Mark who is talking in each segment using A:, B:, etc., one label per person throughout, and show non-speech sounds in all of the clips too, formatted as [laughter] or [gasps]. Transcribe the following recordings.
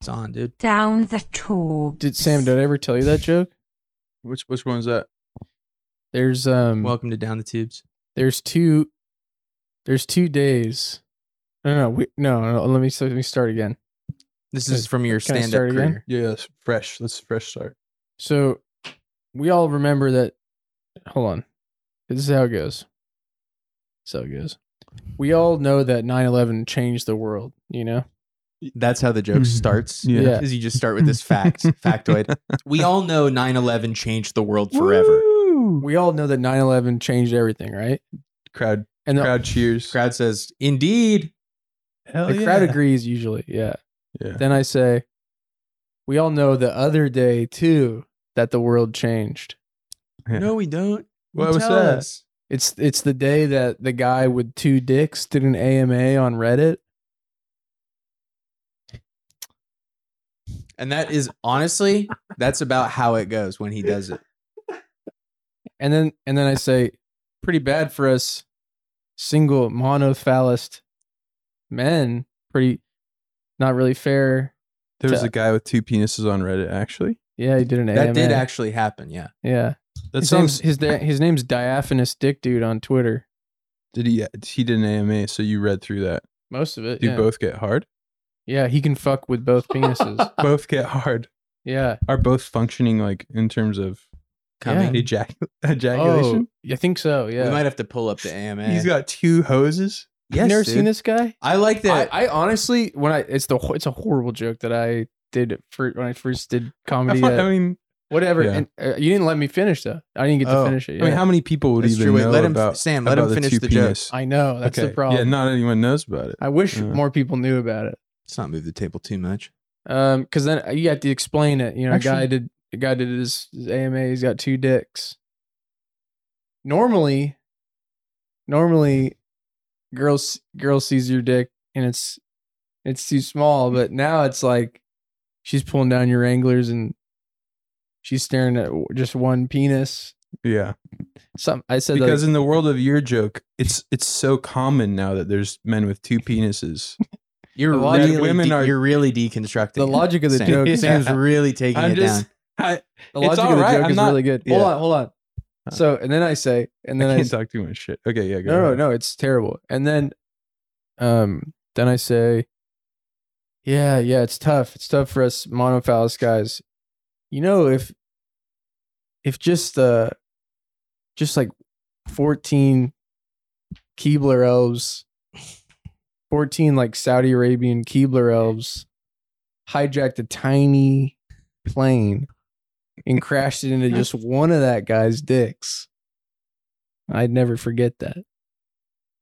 A: It's on, dude.
B: down the tube.
C: Did Sam? Did I ever tell you that joke?
A: Which which one's that?
C: There's um.
A: Welcome to Down the Tubes.
C: there's two. There's two days. No, no, we, no, no. Let me let me start again.
A: This
C: Can I-
A: is from your
C: can I
A: stand up
C: start again?
A: career.
D: Yeah, it's fresh. Let's fresh start.
C: So we all remember that. Hold on. This is how it goes. This is how it goes. We all know that 9 11 changed the world, you know?
A: That's how the joke
D: Mhm.
A: starts.
D: [laughs] Yeah.
C: Yeah.
A: Is you just start with this
D: [laughs]
A: fact factoid. We all know 9/11 changed the world forever.
C: We all know that 9 11 changed everything, right?
D: Crowd
C: And the,
D: crowd cheers.
A: Crowd says, "Indeed."
D: Hell
C: the crowd agrees usually, yeah.
D: Yeah.
C: Then I say, we all know the other day too that the world changed.
D: Yeah.
A: No, we don't.
D: What
A: You
D: was
A: tell
D: that?
A: us.
C: It's it's the day that the guy with two dicks did an AMA on Reddit.
A: And that is honestly, that's about how it goes when he does it.
C: And then and then I say, pretty bad for us single monophallist men. Pretty not really fair.
D: There was
C: to-
D: a guy with two penises on Reddit. Actually,
C: Yeah, he did an AMA.
A: That did actually happen. Yeah.
C: Yeah.
D: that
C: his
D: sounds.
C: name's his da- his name's Diaphanous Dick Dude on Twitter.
D: Did he? He did an AMA, so you read through that.
C: Most of it.
D: Do
C: yeah.
D: both get hard?
C: Yeah, he can fuck with
A: [laughs]
C: both penises.
A: Uh,
D: both get hard.
C: yeah.
D: Are both functioning like in terms of
A: Coming.
D: ejac- [laughs] ejaculation?
C: Oh, I think so. Yeah.
A: We might have to pull up the AMA.
D: He's got two hoses.
C: You've
A: yes,
C: never
A: dude.
C: seen this guy?
A: I like
C: I,
A: that.
C: I honestly, when I it's the ho- it's a horrible joke that I did at fir- when I first did
D: [laughs] I,
C: comedy.
D: thought-
A: uh,
C: at-
D: I mean,
C: whatever.
D: Yeah.
C: And uh, you didn't let me finish though. I didn't get
A: Oh,
C: to finish it.
D: I mean,
C: yeah.
D: how many people would
A: That's
D: even
A: true. Wait,
D: know
A: let him,
D: about,
A: Sam, let
D: about
A: him
D: the
A: finish
D: two
A: the joke.
D: penis?
C: I know that's
D: okay.
C: the problem.
D: Yeah, not anyone knows about it.
C: I wish
D: Yeah.
C: more people knew about it.
A: Let's not move the table too much.
C: Um, because then you have to explain it. You know, a guy
D: Actually-
C: did a guy did his, his AMA. He's got two dicks. Normally, normally, girls girl sees your dick and it's it's too small. But now it's like she's pulling down your wranglers and she's staring at just one penis.
D: yeah,
C: Some I said like,
D: because in the world of your joke, it's it's so common now that there's men with two
A: [laughs]
D: penises.
A: You're
C: The logic-
A: really,
D: women
A: de-
D: are-
A: you're really deconstructing
C: [laughs] the
A: it,
C: logic of the
A: Sam.
C: joke.
A: [laughs]
C: [laughs]
D: Yeah.
A: Sam's really taking
D: I'm
A: it
D: just-
A: down.
D: I,
C: The
D: It's
C: logic
D: all
C: of the
D: right,
C: joke
D: I'm
C: is
D: not-
C: really good. Hold
D: Yeah.
C: on, hold on. So and then I say, and
D: I
C: then I,
D: can't
C: s-
D: talk too much shit. Okay, yeah, go
C: no, no,
D: ahead.
C: no, it's terrible. And then, um, then I say, yeah, yeah, it's tough. It's tough for us monophallus guys. You know, if if just uh, just like fourteen Keebler elves, fourteen like Saudi Arabian Keebler elves, hijacked a tiny plane and crashed it into
D: [laughs]
C: just one of that guy's dicks. I'd never forget that.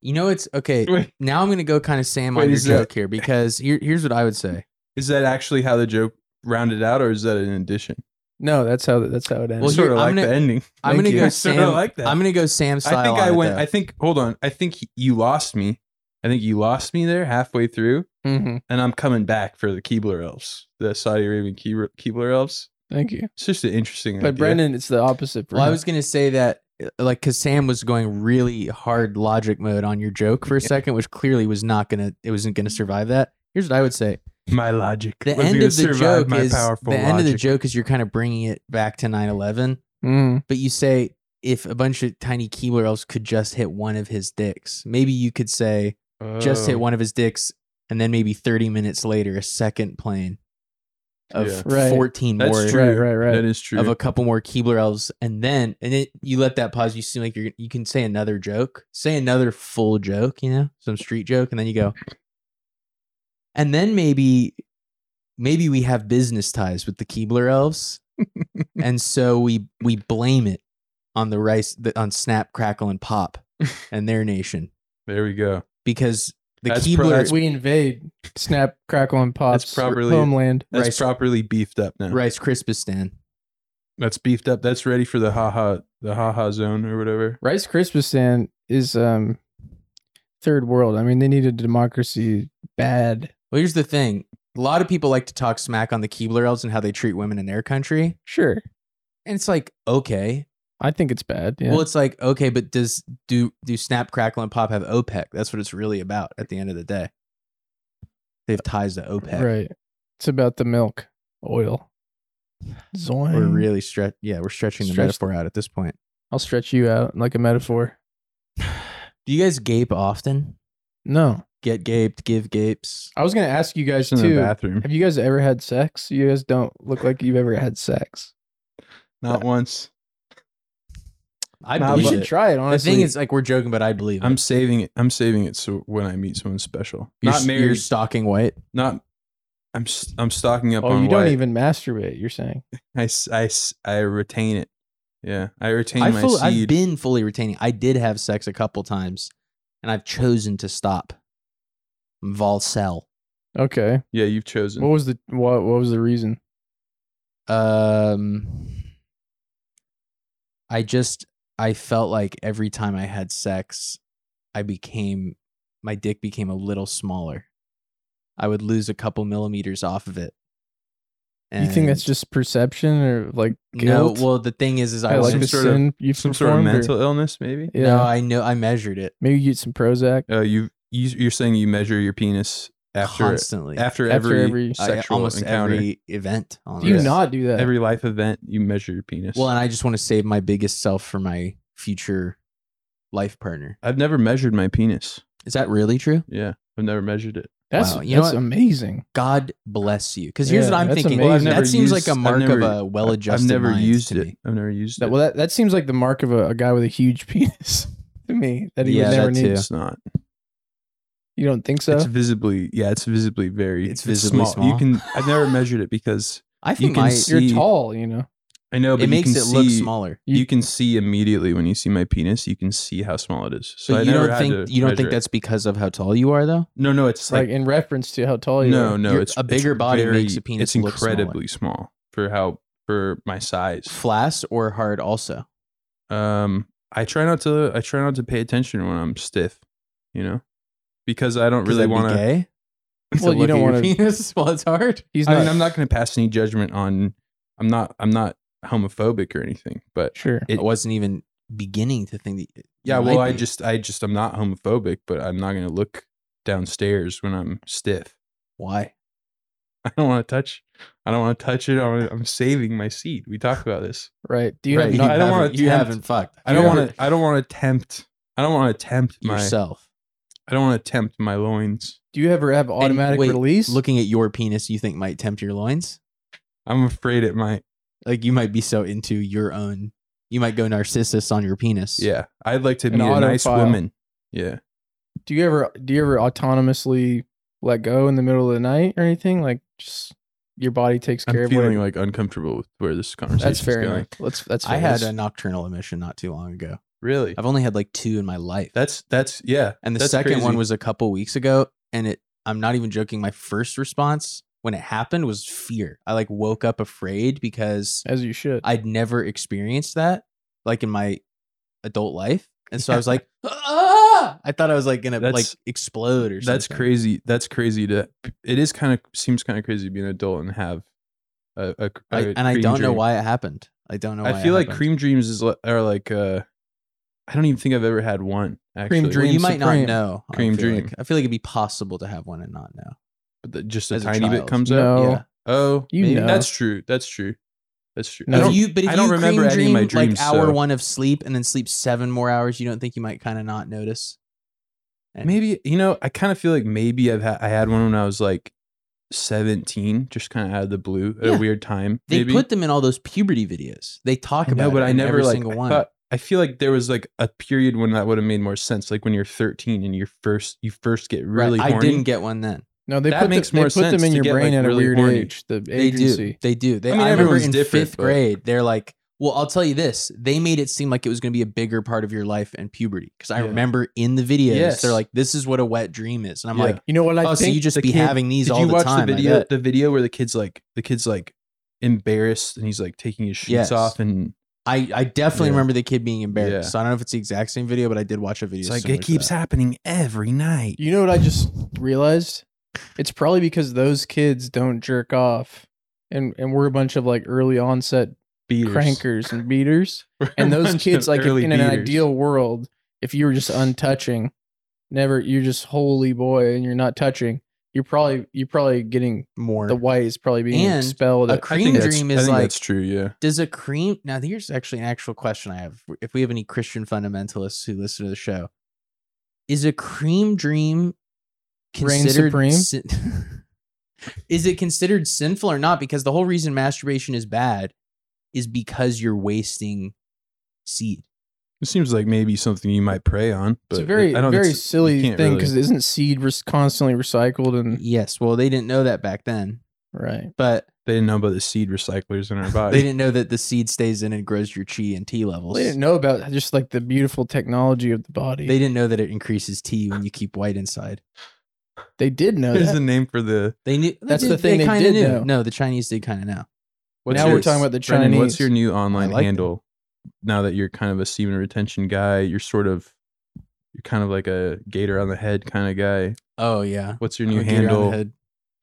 A: You know, it's okay.
D: Wait,
A: Now I'm going to go kind of Sam
D: Wait,
A: on your
D: is that-
A: joke here because here, here's what I would say.
D: [laughs] is that actually how the joke rounded out, or is that an addition?
C: No, that's how that's how it ends.
A: Well,
D: I
A: here-
D: sort of
A: I'm
D: like
A: gonna- [laughs]
D: the ending.
A: I'm
C: Thank
A: going to
C: you.
D: [laughs]
A: go
D: I sort
A: Sam.
D: of like that.
A: I'm going to go Sam style.
D: I think
A: on
D: I
A: it,
D: went.
A: though.
D: I think. Hold on. I think he- you lost me. I think you lost me there halfway through,
C: Mhm.
D: and I'm coming back for the Keebler elves, the Saudi Arabian Keebler, Keebler elves.
C: Thank you.
D: It's just an interesting.
C: But
D: idea.
C: Brendan, it's the opposite. For
A: Well, I
C: him.
A: was gonna say that, uh, like, because Sam was going really hard logic mode on your joke for a second, which clearly was not gonna, it wasn't gonna survive that. Here's what I would say:
D: my logic.
A: the
D: was
A: end
D: gonna
A: of the
D: survive
A: joke
D: my
A: is the
D: powerful
A: end of the
D: logic.
A: joke is you're kind of bringing it back to 9/11,
C: Mm.
A: but you say if a bunch of tiny Keebler elves could just hit one of his dicks, maybe you could say just hit
D: Oh.
A: one of his dicks, and then maybe 30 minutes later, a second plane of
D: Yeah.
C: Right.
A: 14
D: That's
A: more.
D: true.
C: Right, right, right.
D: That is true.
A: of a couple more Keebler elves, and then and it you let that pause. You seem like you're you can say another joke, say another full joke, you know, some street joke, and then you go, and then maybe maybe we have business ties with the Keebler elves, and so we we blame it on the rice the, on Snap Crackle and Pop and their nation
D: there we go.
A: because the
D: That's pro-
A: Keebler
D: that's
C: we invade, snap, crackle, and pop.
D: That's properly-
C: homeland.
D: That's
A: Rice-
D: properly beefed up now.
A: Rice Krispies stand.
D: That's beefed up. That's ready for the haha the haha zone or whatever.
C: Rice Krispie stand is um third world. I mean, they need a democracy bad.
A: Well, here's the thing. A lot of people like to talk smack on the Keebler elves and how they treat women in their country.
C: Sure,
A: And it's like, okay.
C: I think it's bad. Yeah.
A: Well, it's like, okay, but does do do Snap, Crackle, and Pop have OPEC? That's what it's really about at the end of the day. They have ties to OPEC.
C: right. It's about the milk oil. Zoink.
A: We're really stretch. Yeah, we're stretching the
C: Stretch-
A: metaphor out at this point.
C: I'll stretch you out like a metaphor.
A: Do you guys gape often?
C: No,
A: Get gaped, give gapes.
C: I was gonna ask you guys
D: Just in the
C: too.
D: bathroom.
C: Have you guys ever had sex? You guys don't look like you've ever had sex.
D: Not once.
A: I
D: Nah,
C: You
A: believe
D: but-
A: it.
C: should try it.
A: the
C: Honestly,
A: thing is, like, we're joking, but I believe
D: I'm
A: it.
D: saving it. I'm saving it so when I meet someone special.
A: You're,
D: not
A: s-
D: married.
A: You're stalking white.
D: not. I'm. s- I'm stocking up
C: oh,
D: on.
C: you don't
D: white.
C: even masturbate. You're saying
D: I, s- I s- I retain it. Yeah, I retain
A: I
D: my
A: full, I've
D: seed.
A: been fully retaining. I did have sex a couple times, and I've chosen to stop. I'm Volcel.
C: okay.
D: yeah, you've chosen.
C: What was the what? What was the reason?
A: Um, I just I felt like every time I had sex, I became my dick became a little smaller. I would lose a couple millimeters off of it.
C: you think that's
A: And-
C: just perception or like guilt?
A: No, well, the thing is, is I
C: Or, like
A: wasn't
C: the
D: Some sort of-
C: sin you
D: Some sort of
C: performed or-
D: mental illness, maybe.
C: Yeah,
A: No, I know I measured it
C: maybe you get some Prozac.
D: Uh, you, you you're saying you measure your penis after
A: uh, constantly
D: after
C: After
D: every,
C: every-
A: I- uh,
D: sexual
A: almost
D: encounter, every,
A: every event. Almost.
C: Do you not do that?
D: life event, you measure your penis.
A: Well, and I just want to save my biggest self for my future life partner.
D: I've never measured my penis.
A: Is that really true?
D: Yeah, I've never measured it.
C: that's
A: Wow, you know
C: that's
A: what?
C: amazing.
A: God bless you. Because here's
C: Yeah,
A: what I'm
C: that's
A: thinking.
C: amazing. Well, I've
A: that
D: never
A: seems
D: used-
A: like a
D: I've
A: mark
D: never-
A: of a well-adjusted.
D: I've never
A: mind
D: used
A: to
D: it.
A: me.
D: I've never used
C: That,
D: it.
C: well, that, that seems like the mark of a, a guy with a huge [laughs] penis to me that he
A: Yeah,
C: would never
A: that
C: need.
A: too.
D: it's not.
C: You don't think so?
D: It's visibly, yeah, it's visibly very.
A: It's visibly
D: You
A: small.
D: can. I've never measured it because
A: I think
D: can
A: my,
D: see-
C: You're
D: see-
C: tall, you know.
D: I know, but
A: it
D: you
A: makes
D: can
A: it look
D: see-
A: smaller.
D: You,
C: You-
D: can see immediately when you see my penis. You can see how small it is. So
A: So
D: I
A: you
D: never
A: don't
D: had
A: think
D: to
A: you don't think
D: measure it.
A: that's because of how tall you are, though?
D: no, no. It's
C: Like,
D: like,
C: in reference to how tall you
D: no,
C: are.
D: no.
A: You're-
D: It's
A: a bigger
D: it's
A: body makes
D: very-
A: a penis
D: It's
A: look smaller.
D: incredibly small for how for my size.
A: Flass or hard also.
D: Um, I try not to. I try not to pay attention when I'm stiff. You know, because I don't
A: 'Cause
D: really
A: that'd be
D: want to. [laughs]
A: gay? to.
C: Well, you
A: look
C: don't
A: at your
C: wanna-
A: [laughs] penis while it's hard.
C: He's not.
D: I mean, I'm not going to pass any judgment on. I'm not. I'm not homophobic or anything. But
C: sure.
D: It-
A: I wasn't even beginning to think that. it
D: yeah,
A: might
D: well, I
A: be.
D: just, I just, I'm not homophobic, but I'm not going to look downstairs when I'm stiff. [laughs]
A: why
D: I don't want to touch. I don't want to touch it. I wanna- I'm saving my seed. We talked about this.
C: Right. Do you
A: Right,
C: have
A: you
C: not,
D: I don't
A: haven't-
D: wanna
A: you
D: tempt-
A: haven't fucked.
D: [laughs] I don't
C: Yeah.
D: want to. I don't want to tempt. I don't want to tempt my.
A: yourself.
D: I don't want to tempt my loins.
C: do you ever have automatic
A: wait,
C: release?
A: Looking at your penis, you think might tempt your loins.
D: I'm afraid it might.
A: Like you might be so into your own, you might go narcissus on your penis.
D: Yeah, I'd like to
C: An
D: meet a nice
C: autophile.
D: woman. Yeah,
C: do you ever do you ever autonomously let go in the middle of the night or anything? Like just your body takes
D: I'm
C: care of
D: feeling
C: whatever-
D: like uncomfortable with where this conversation
C: That's
D: is
C: fair.
D: going.
C: Enough. Let's. That's. Fair.
A: I had a
C: Let's-
A: nocturnal emission not too long ago.
D: Really?
A: I've only had like two in my life,
D: That's that's yeah.
A: and the
D: that's
A: second one
D: crazy.
A: was a couple weeks ago. And it, I'm not even joking. My first response when it happened was fear. I like woke up afraid because
C: as you should.
A: I'd never experienced that, like in my adult life. And so I was
D: [laughs]
A: like, ah! I thought I was like gonna like
D: That's-
A: explode or something.
D: that's crazy. That's crazy to. It is kind of seems kind of crazy to be an adult and have a. a, a
A: I, and I
D: cream
A: don't know
D: dream.
A: why it happened. I don't know. Why
D: I
A: it
D: feel like
A: happened.
D: cream dreams is li- are like. uh I don't even think I've ever had one. Actually.
A: Well,
C: dream
A: you might
C: supreme.
A: not know. I
D: Cream
A: feel like.
D: dream.
A: I feel like it'd be possible to have one and not know.
D: but the, just a
A: as a
D: tiny bit
A: child.
D: comes up.
C: no.
A: yeah.
D: Oh,
C: You
D: maybe.
C: know.
D: that's true. That's true. That's true.
C: No.
D: I
A: If
D: don't-
A: you, but if
D: I don't
A: you
D: remember
A: cream
D: any of my
A: dream,
D: dreams,
A: Like hour
D: so-
A: one of sleep, and then sleep seven more hours. You don't think you might kind of not notice? And
D: maybe you know. I kind of feel like maybe I've had I had one when I was like seventeen, just kind of out of the blue at
A: Yeah.
D: a weird time.
A: they
D: maybe.
A: put them in all those puberty videos. They talk
D: I
A: about.
D: know, but
A: it
D: I
A: in
D: never
A: every
D: like.
A: single
D: I
A: one.
D: thought- I feel like there was like a period when that would have made more sense, like when you're 13 and you're first you first get
A: Right,
D: really.
A: I
D: horny.
A: didn't get one then.
C: No, they
D: That
C: put
D: makes
C: them,
D: more
C: they put
D: sense
C: them in
D: to
C: your
D: get, like,
C: brain at a
D: really
C: weird
D: horny.
C: age. The
A: They
C: agency.
A: do. They do. They, I,
D: I mean,
A: remember
D: everyone's
A: in
D: different,
A: fifth
D: but-
A: grade, they're like, well, I'll tell you this. They made it seem like it was going to be a bigger part of your life and puberty. Because I
D: Yeah.
A: remember in the videos,
D: Yes.
A: they're like, this is what a wet dream is. And I'm
D: Yeah.
A: like,
C: You know what I
A: oh, so
C: think?
A: you just
D: the
A: be
D: kid-
A: having these
D: Did
A: all
D: you
A: the
D: watch
A: time. I
D: the video?
A: bet.
D: The video where the kid's like the kid's like embarrassed and he's like taking his sheets
A: Yes.
D: off and
A: I, I definitely
D: Yeah.
A: remember the kid being embarrassed.
D: Yeah.
A: So I don't know if it's the exact same video, but I did watch a video.
D: it's like
A: similar
D: it
A: to
D: keeps
A: that.
D: happening every night.
C: You know what I just realized? It's probably because those kids don't jerk off, and and we're a bunch of like early onset
D: Beaters. [laughs]
C: crankers and beaters, and those kids like if, in an ideal world, if you were just untouching, never you're just holy boy and you're not touching, you're probably you're probably getting
A: more.
C: the white is probably being
A: And
C: expelled.
A: a
C: at-
D: I think
A: cream
D: that's-
A: dream
D: I
A: is
D: think
A: like-
D: that's true. Yeah.
A: Does a cream now? Here's actually an actual question I have. If we have any Christian fundamentalists who listen to the show, is a cream dream
C: Reign
A: considered
C: supreme?
A: sin- [laughs] is it considered sinful or not? Because the whole reason masturbation is bad is because you're wasting seed.
D: It seems like maybe something you might prey on, but
C: it's a very
D: I don't
C: very
D: it's- you
C: silly
D: can't
C: thing
D: really-
C: because isn't seed res- constantly recycled
D: Mm-hmm.
C: and
A: Yes. Well, they didn't know that back then,
C: right?
A: but
D: they didn't know about the seed recyclers
A: [laughs]
D: in our body.
A: they didn't know that the seed stays in and grows your chi and T levels.
C: They didn't know about just like the beautiful technology of the body.
A: They
C: They,
A: didn't know that it increases T when you keep white inside.
C: they did know
D: [laughs] There's
C: that.
D: the name for the.
A: They knew. they
C: That's the
A: did-
C: thing they
A: kinda
C: did
A: knew.
C: know.
A: No, the Chinese did kind of know.
D: What's
C: Now
D: your,
C: we're talking about the
D: Brendan, What's
C: Chinese.
D: your new online
A: like that.
D: handle? Now that you're kind of a semen retention guy, you're sort of, you're kind of like a gator on the head kind of guy.
A: Oh yeah.
D: What's your
A: I'm
D: new
A: a gator on the
D: handle?
A: head.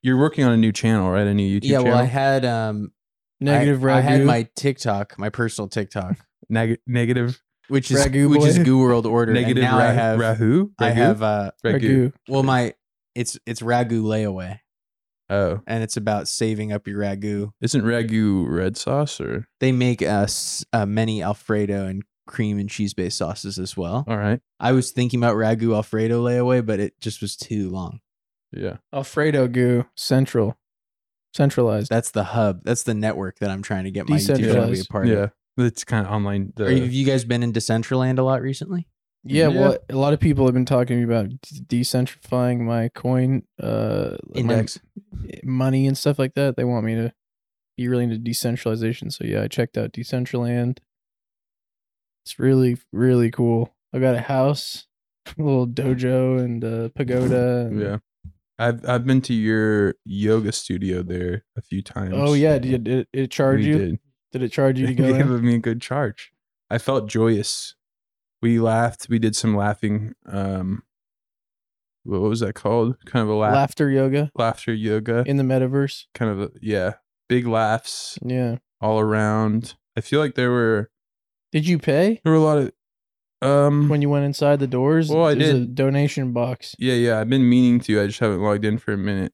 D: You're working on a new channel, right? A new YouTube
A: Yeah.
D: channel.
A: Well, I had um
C: Negative
A: I,
C: ragu.
A: I had my TikTok, my personal TikTok,
D: Neg- negative.
A: which is
C: Ragu
A: which is
C: boy.
A: Goo World Order. and
D: Negative.
A: now
D: ra-
A: I have
D: Rahu.
A: I
D: Ragu?
A: have uh
D: Ragu.
C: ragu.
A: well my it's it's ragu layaway
D: Oh,
A: and it's about saving up your ragu.
D: isn't ragu red sauce or?
A: They make us uh, many Alfredo and cream and cheese based sauces as well.
D: All right.
A: I was thinking about ragu Alfredo layaway, but it just was too long.
D: Yeah.
C: Alfredo goo central, centralized.
A: That's the hub. That's the network that I'm trying to get my YouTube channel to be a
C: Decentralized.
A: part of.
D: Yeah. It's kind of online. The,
A: Are you, have you guys been in Decentraland a lot recently?
C: yeah,
D: Yeah.
C: well, a lot of people have been talking to me about d- decentrifying my coin, uh, my
A: Index.
C: money and stuff like that. They want me to be really into decentralization. So yeah, I checked out Decentraland. It's really really cool. I've got a house, [laughs] a little dojo, and a
D: [laughs]
C: pagoda. and-
D: Yeah. I've I've been to your yoga studio there a few times.
C: Oh yeah, did, did it, it charge
D: We
C: you? Did.
D: Did.
C: it charge
D: [laughs]
C: you to
D: They
C: go?
D: gave
C: in?
D: me a good charge. I felt joyous. We laughed. We did some laughing. Um, what what was that called? Kind of a laugh,
C: Laughter yoga
D: laughter yoga.
C: in the metaverse.
D: kind of a, yeah, big laughs
C: Yeah.
D: all around. I feel like there were
C: Did you
D: [laughs]
C: pay
D: there were a lot of um
C: when you went inside the doors?
D: Well, I
C: There's a
D: did.
C: donation box
D: yeah yeah I've been meaning to. I just haven't logged in for a minute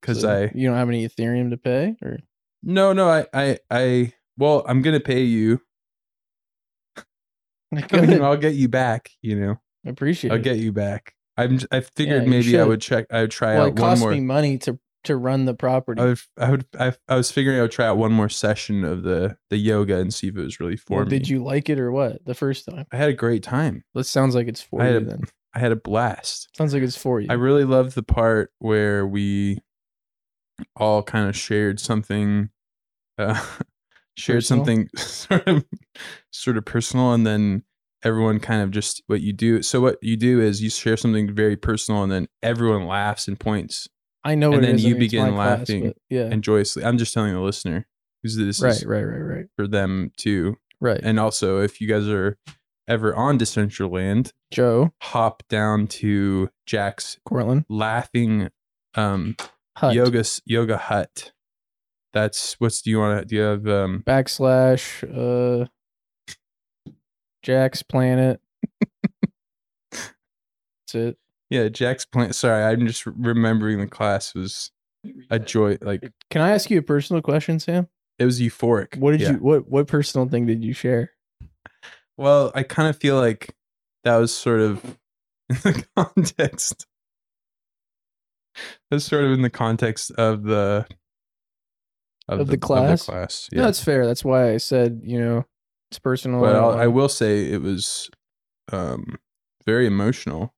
D: because
C: So
D: I
C: you don't have any Ethereum to pay or
D: no no I I I well I'm gonna pay you. [laughs] I
C: [laughs]
D: mean, I'll get you back. You know.
C: I appreciate.
D: I'll
C: it.
D: get you back. I'm. j- I figured
C: Yeah, you
D: maybe I
C: should.
D: would check. I would try
C: Well, it
D: out uh, one
C: cost
D: more. Oh,
C: me money to to run the property.
D: I would. I would. I, I was figuring I would try out one more session of the the yoga and see if it was really for
C: Well,
D: me.
C: Did you like it or what? The first time.
D: I had a great time.
C: This sounds like it's for
D: I
C: you.
D: had a-
C: then
D: I had a blast.
C: sounds like it's for you.
D: I really loved the part where we all kind of shared something, uh, [laughs] shared
C: Personal?
D: something [laughs] sort of sort of personal, and then everyone kind of just what you do. So what you do is you share something very personal, and then everyone laughs and points.
C: I know. What
D: and
C: it
D: then
C: is. I
D: you
C: mean, it's
D: begin
C: my class,
D: laughing
C: but yeah.
D: and joyously. I'm just telling the listener because this
C: right.
D: is
C: Right. Right. Right.
D: for them too.
C: Right.
D: And also, if you guys are ever on Decentraland,
C: Joe
D: hop down to Jack's
C: Cortland
D: laughing um,
C: Hut
D: yoga s- yoga hut. That's what's do you want to do? You have um,
C: backslash uh Jack's
D: [laughs]
C: planet. That's it.
D: yeah, Jack's plant. Sorry, I'm just remembering the class was a joy. Like
C: Can I ask you a personal question, Sam?
D: it was euphoric.
C: What did
D: Yeah.
C: you what what personal thing did you share?
D: Well, I kind of feel like that was sort of [laughs] in the context. That's sort of in the context of the
C: Of the class?
D: class,
C: No,
D: yeah.
C: that's fair. That's why I said you know it's personal.
D: but I'll,
C: don't
D: I
C: wanna-
D: will say it was um, very emotional. to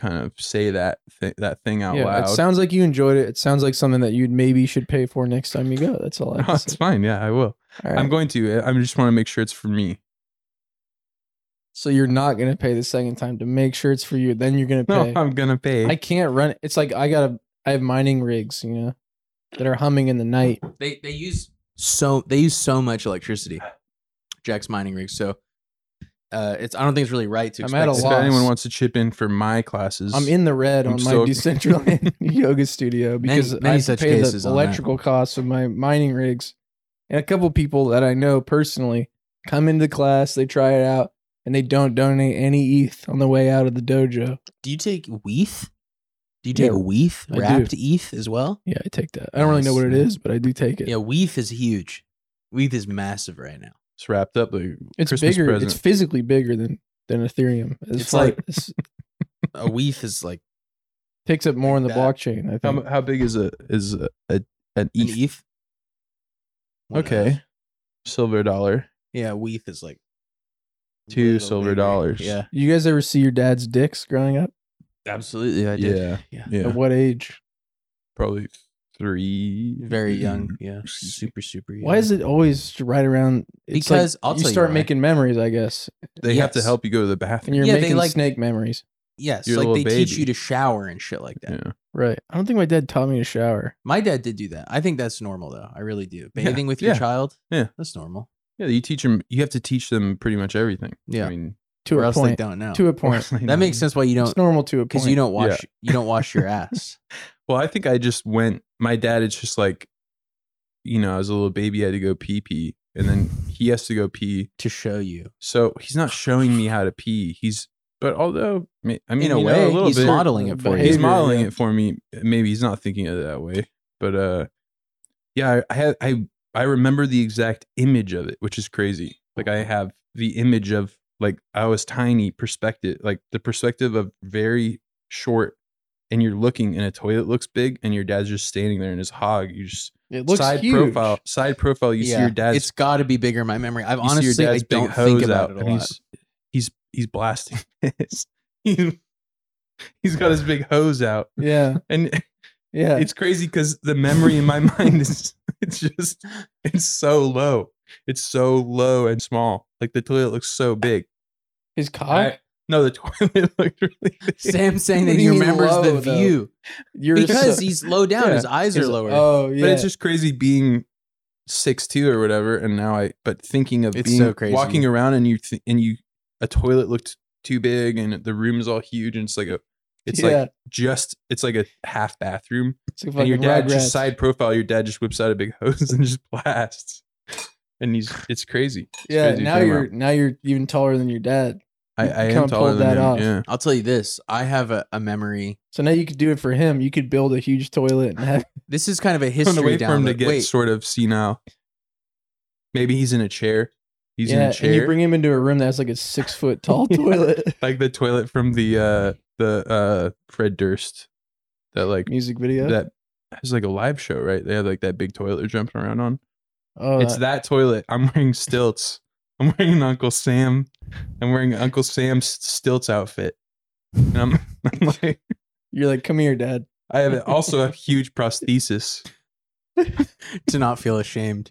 D: Kind of say that th- that thing out
C: yeah,
D: loud.
C: it sounds like you enjoyed it. It sounds like something that you maybe should pay for next time you go. That's all
D: [laughs]
C: I
D: [laughs] no,
C: have
D: it's
C: to say.
D: fine. Yeah, I will.
C: All right.
D: I'm going to. uh, I I just want to make sure it's for me. [laughs]
C: so you're not gonna pay the second time to make sure it's for you. Then you're gonna
D: No,
C: pay.
D: I'm gonna pay.
C: I can't run it. It's like I gotta. I have mining rigs, you know, that are humming in the night.
A: They they use so they use so much electricity. Jack's mining rigs. So uh, it's I don't think it's really right to.
C: I'm
A: expect
C: at a
A: it-
D: if
C: loss.
D: anyone wants to chip in for my classes,
C: I'm in the red
D: I'm
C: on [laughs]
D: still-
A: [laughs]
C: my decentralized yoga studio
A: Many-
C: because
A: many
C: I
A: such
C: pay
A: cases
C: the
A: on that.
C: electrical costs of my mining rigs, and a couple people that I know personally come into class, they try it out, and they don't donate any ETH on the way out of the dojo.
A: Do you take weeth? Do you take
C: Yeah,
A: a weef,
C: I do.
A: wrapped ETH as well?
C: Yeah, I take that. I don't really know what it
A: Nice.
C: is, but I do take it.
A: Yeah, weef is huge. Weef is massive right
C: [laughs]
A: now.
D: It's wrapped up like
C: it's
D: Christmas
C: bigger.
D: present.
C: It's physically bigger than than Ethereum. As
A: It's
C: far
A: like-
C: as-
A: A weef is like [laughs]
C: takes up more in the
A: that.
C: blockchain. I
D: how,
C: think
D: mu- how big is a is a, a an
A: an e-,
D: ETH?
A: ETH. One of
D: Okay.
A: those.
D: Silver dollar.
A: Yeah, weef is like
D: Two
A: little
D: silver
A: baby.
D: dollars.
A: Yeah,
C: you guys ever see your dad's dicks growing up?
A: absolutely. I did.
D: Yeah.
A: Yeah.
D: Yeah.
C: At what age?
D: Probably three.
A: Very young. Yeah.
D: Excuse
A: Super, super young.
C: Why is it always right around? It's like
A: Because I'll
C: you
A: tell you
C: start
A: why.
C: making memories, I guess,
D: They have to
A: Yes.
D: help you go to the
C: and
D: bathroom.
C: you're
A: Yeah, they
C: making
A: like-
C: snake memories,
A: Yes,
D: You're a
A: like they
D: little
A: teach
D: baby.
A: you to shower and shit like that.
D: Yeah.
C: right? I don't think my dad taught me to shower.
A: My dad did do that. I think that's normal though. I really do.
D: Yeah,
A: Bathing with your
D: yeah,
A: child.
D: yeah.
A: That's normal.
D: Yeah. You teach them. You have to teach them pretty much everything.
A: Yeah.
D: I mean,
C: To
A: or
C: a
A: else
C: point.
A: they don't know.
C: To a point.
A: [laughs] that makes sense why you don't
C: It's normal to a
A: because
C: point.
A: you don't wash you don't wash
D: [laughs]
A: your ass.
D: Well, I think I just went. My dad is just like, you know, as a little baby, I had to go pee pee, and then he has to go pee.
A: to show you.
D: So he's not showing me how to pee. He's, but although ma- I mean,
A: In a
D: you know,
A: way,
D: a little
A: he's
D: bit,
A: modeling it for you.
D: he's
C: Behavior,
D: modeling
C: yeah.
D: it for me. Maybe he's not thinking of it that way, but uh, yeah, I, I had I I remember the exact image of it, which is crazy. Like I have the image of like I was tiny perspective, like the perspective of very short, and you're looking and a toilet looks big, and your dad's just standing there in his hog. You just
C: It looks
D: side
C: huge.
D: profile, side profile. You see your dad's
A: It's got to be bigger in my memory. I've
D: you see
A: honestly I don't think about it a
D: and
A: lot.
D: he's he's he's blasting [laughs] piss. He- he's got his big hose out,
C: Yeah,
D: and
C: yeah.
D: it's crazy because the memory in my [laughs] mind is it's just it's so low, it's so low and small. Like the toilet looks so big.
C: His cock.
D: I- no, the [laughs] toilet looked really big.
A: Sam's saying
C: What
D: [laughs]
A: that
C: do
A: he
C: you mean
A: remembers
C: low,
A: the
C: though?
A: view
C: You're
A: because
C: so-
A: he's low down.
C: Yeah.
A: His eyes are
C: his-
A: lower.
C: Oh yeah.
D: But it's just crazy being six two or whatever, and now I. But thinking of
A: It's
D: being
A: so crazy.
D: walking around and you th- and you a toilet looked too big and the room is all huge and it's like a it's
C: yeah.
D: like just it's like a half bathroom
C: it's like
D: and your
C: fucking
D: dad
C: Rugrats.
D: just side profile your dad just whips out a big [laughs] hose and just blasts and he's it's crazy It's
C: Yeah.
D: crazy to
C: Now
D: think
C: you're
D: about.
C: now you're even taller than your dad.
D: I,
C: you
D: I
C: kinda
D: am taller
C: pulled
D: than
C: that
D: him,
C: off.
D: yeah
A: I'll tell you this. I have a, a memory.
C: So now you could do it for him. You could build a huge toilet and have
A: This is kind of a
D: I'm gonna
A: history
D: wait for him to
A: download.
D: get
A: Wait,
D: sort of senile maybe he's in a chair he's
C: yeah,
D: in a chair
C: And you bring him into a room that has like a six foot tall
D: [laughs] Yeah.
C: toilet
D: like the toilet from the uh the uh Fred Durst that like
C: music video.
D: that has like a live show right they have like that big toilet they're jumping around on
C: oh,
D: it's
C: that-
D: that toilet. I'm wearing stilts. I'm wearing an Uncle Sam. I'm wearing an Uncle Sam's stilts outfit. And I'm, [laughs] I'm like,
C: you're like, come here, dad.
D: I have also a huge prosthesis.
A: to not feel ashamed.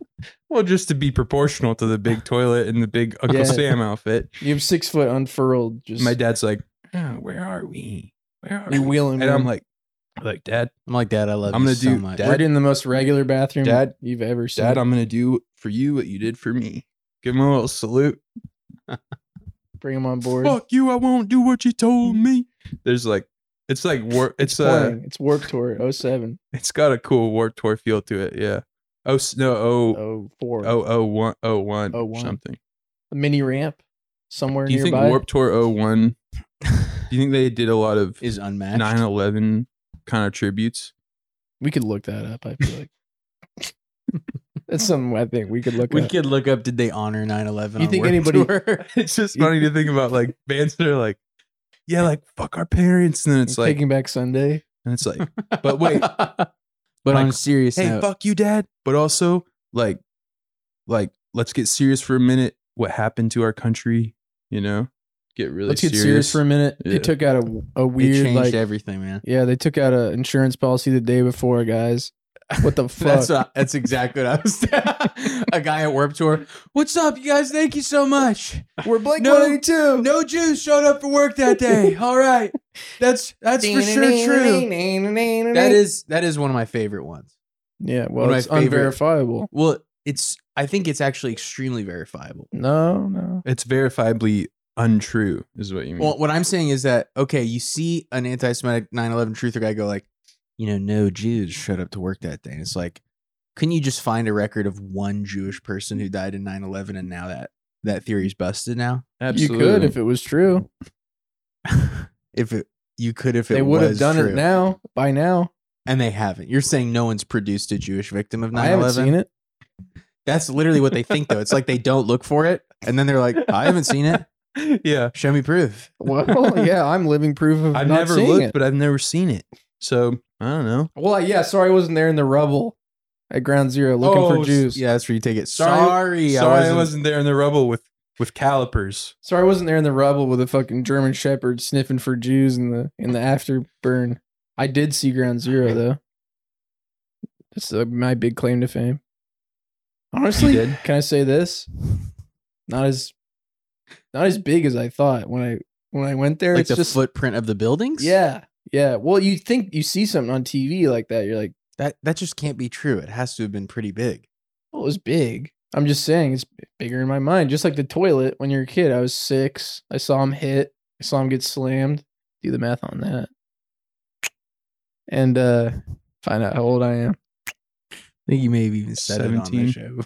D: Well, just to be proportional to the big toilet and the big Uncle
C: Yeah.
D: Sam outfit.
C: You have six foot unfurled. Just
D: My dad's like, "Oh, where are we? Where are
C: You're
D: we?
C: wheeling.
D: And
C: him.
D: I'm like, I'm like, Dad,
A: I'm like, Dad, I love
D: I'm
A: you
D: gonna
A: so
D: do
A: much.
D: dad-
C: we're doing the most regular bathroom
D: Dad-
C: you've ever seen.
D: Dad, I'm gonna do for you what you did for me. Give him a little salute.
C: Bring him on board.
D: Fuck you, I won't do what you told me. There's like it's like war it's uh
C: Boring. it's Warp Tour 07,
D: It's got a cool war tour feel to it. Yeah. Oh s- no. Oh
C: 04.
D: oh oh one oh one
C: Oh,
D: oh
C: one.
D: one something.
C: A mini ramp somewhere
D: Do you
C: nearby.
D: think Warp Tour oh [laughs] one? Do you think they did a lot of
A: is unmatched.
D: 9/11 kind of tributes?
C: we could look that up. I feel like [laughs] that's something I think we could look
A: we
C: up.
A: could look up. Did they honor 9/11?
C: You
A: on
C: think
A: World
C: anybody-
A: Tour?
D: It's just funny to think about like bands that are like, yeah, like fuck our parents, and then it's like,
C: Taking Back Sunday.
D: and
C: [laughs]
D: it's like, [laughs] But wait.
A: but on
D: Like,
A: a serious
D: hey,
A: note,
D: fuck you, dad. But also like, like let's get serious for a minute. What happened to our country? You know, get really
C: Let's get serious. for a minute. They
D: Yeah.
C: took out a, a
A: we
C: weird
A: changed
C: like
A: everything, man.
C: yeah, they took out a insurance policy the day before, guys.
A: [laughs]
C: What the fuck?
A: That's uh, what I- that's exactly what I was. [laughs] a guy at Warp Tour. What's up, you guys? Thank you so much.
C: We're Blake
A: No.
C: 182.
A: No Jews showed up for work that
D: [laughs]
A: day. All right, that's that's for sure true. That
C: That
A: is that is one of my favorite ones.
C: yeah.
A: one
C: Well,
A: of
C: it's
A: my favorite-
C: unverifiable.
A: Well, it's I think it's actually extremely verifiable.
C: No, no.
D: It's verifiably untrue, is what you
C: Mm.
D: mean.
A: Well, what I'm saying is that okay, you see an anti-Semitic 9/11 truther guy go like, you know, no Jews showed up to work that day. And it's like, couldn't you just find a record of one Jewish person who died in 9/11, and now that that theory's busted now?
C: You could if it was true.
A: [laughs] if it you could if it
C: they would
A: would
C: have done it now by now.
A: and they haven't. You're saying no one's produced a Jewish victim of 9/11.
C: I haven't seen it.
A: That's literally what they think, though. It's like they don't look for it, and then they're like, "I haven't seen it.
D: [laughs] yeah.
A: Show me proof." [laughs]
C: Well, oh, yeah, I'm living proof of
D: I've
C: not
D: never
C: seeing
D: looked,
C: it.
D: but I've never seen it. So I don't know.
C: Well, yeah, sorry, I wasn't there in the rubble at Ground Zero looking
D: Oh,
C: for Jews.
A: Yeah, that's where you take it. Sorry,
D: Sorry, Sorry, I wasn't there in the rubble with with calipers.
C: Sorry, I wasn't there in the rubble with a fucking German Shepherd sniffing for Jews in the in the afterburn. I did see Ground Zero though. That's uh, my big claim to fame. Honestly,
D: You did?
C: can I say this? Not as not as big as I thought when I when I went there.
A: like
C: it's
A: the
C: just
A: footprint of the buildings.
C: yeah, yeah. Well, you think you see something on TV like that, you're like,
A: that that just can't be true. It has to have been pretty big.
C: well, it was big. I'm just saying it's bigger in my mind. Just like the toilet when you're a kid. I was six. I saw him hit. I saw him get slammed. Do the math on that. And uh find out how old I am.
A: I think you may have even said it on
D: 17.
A: the show.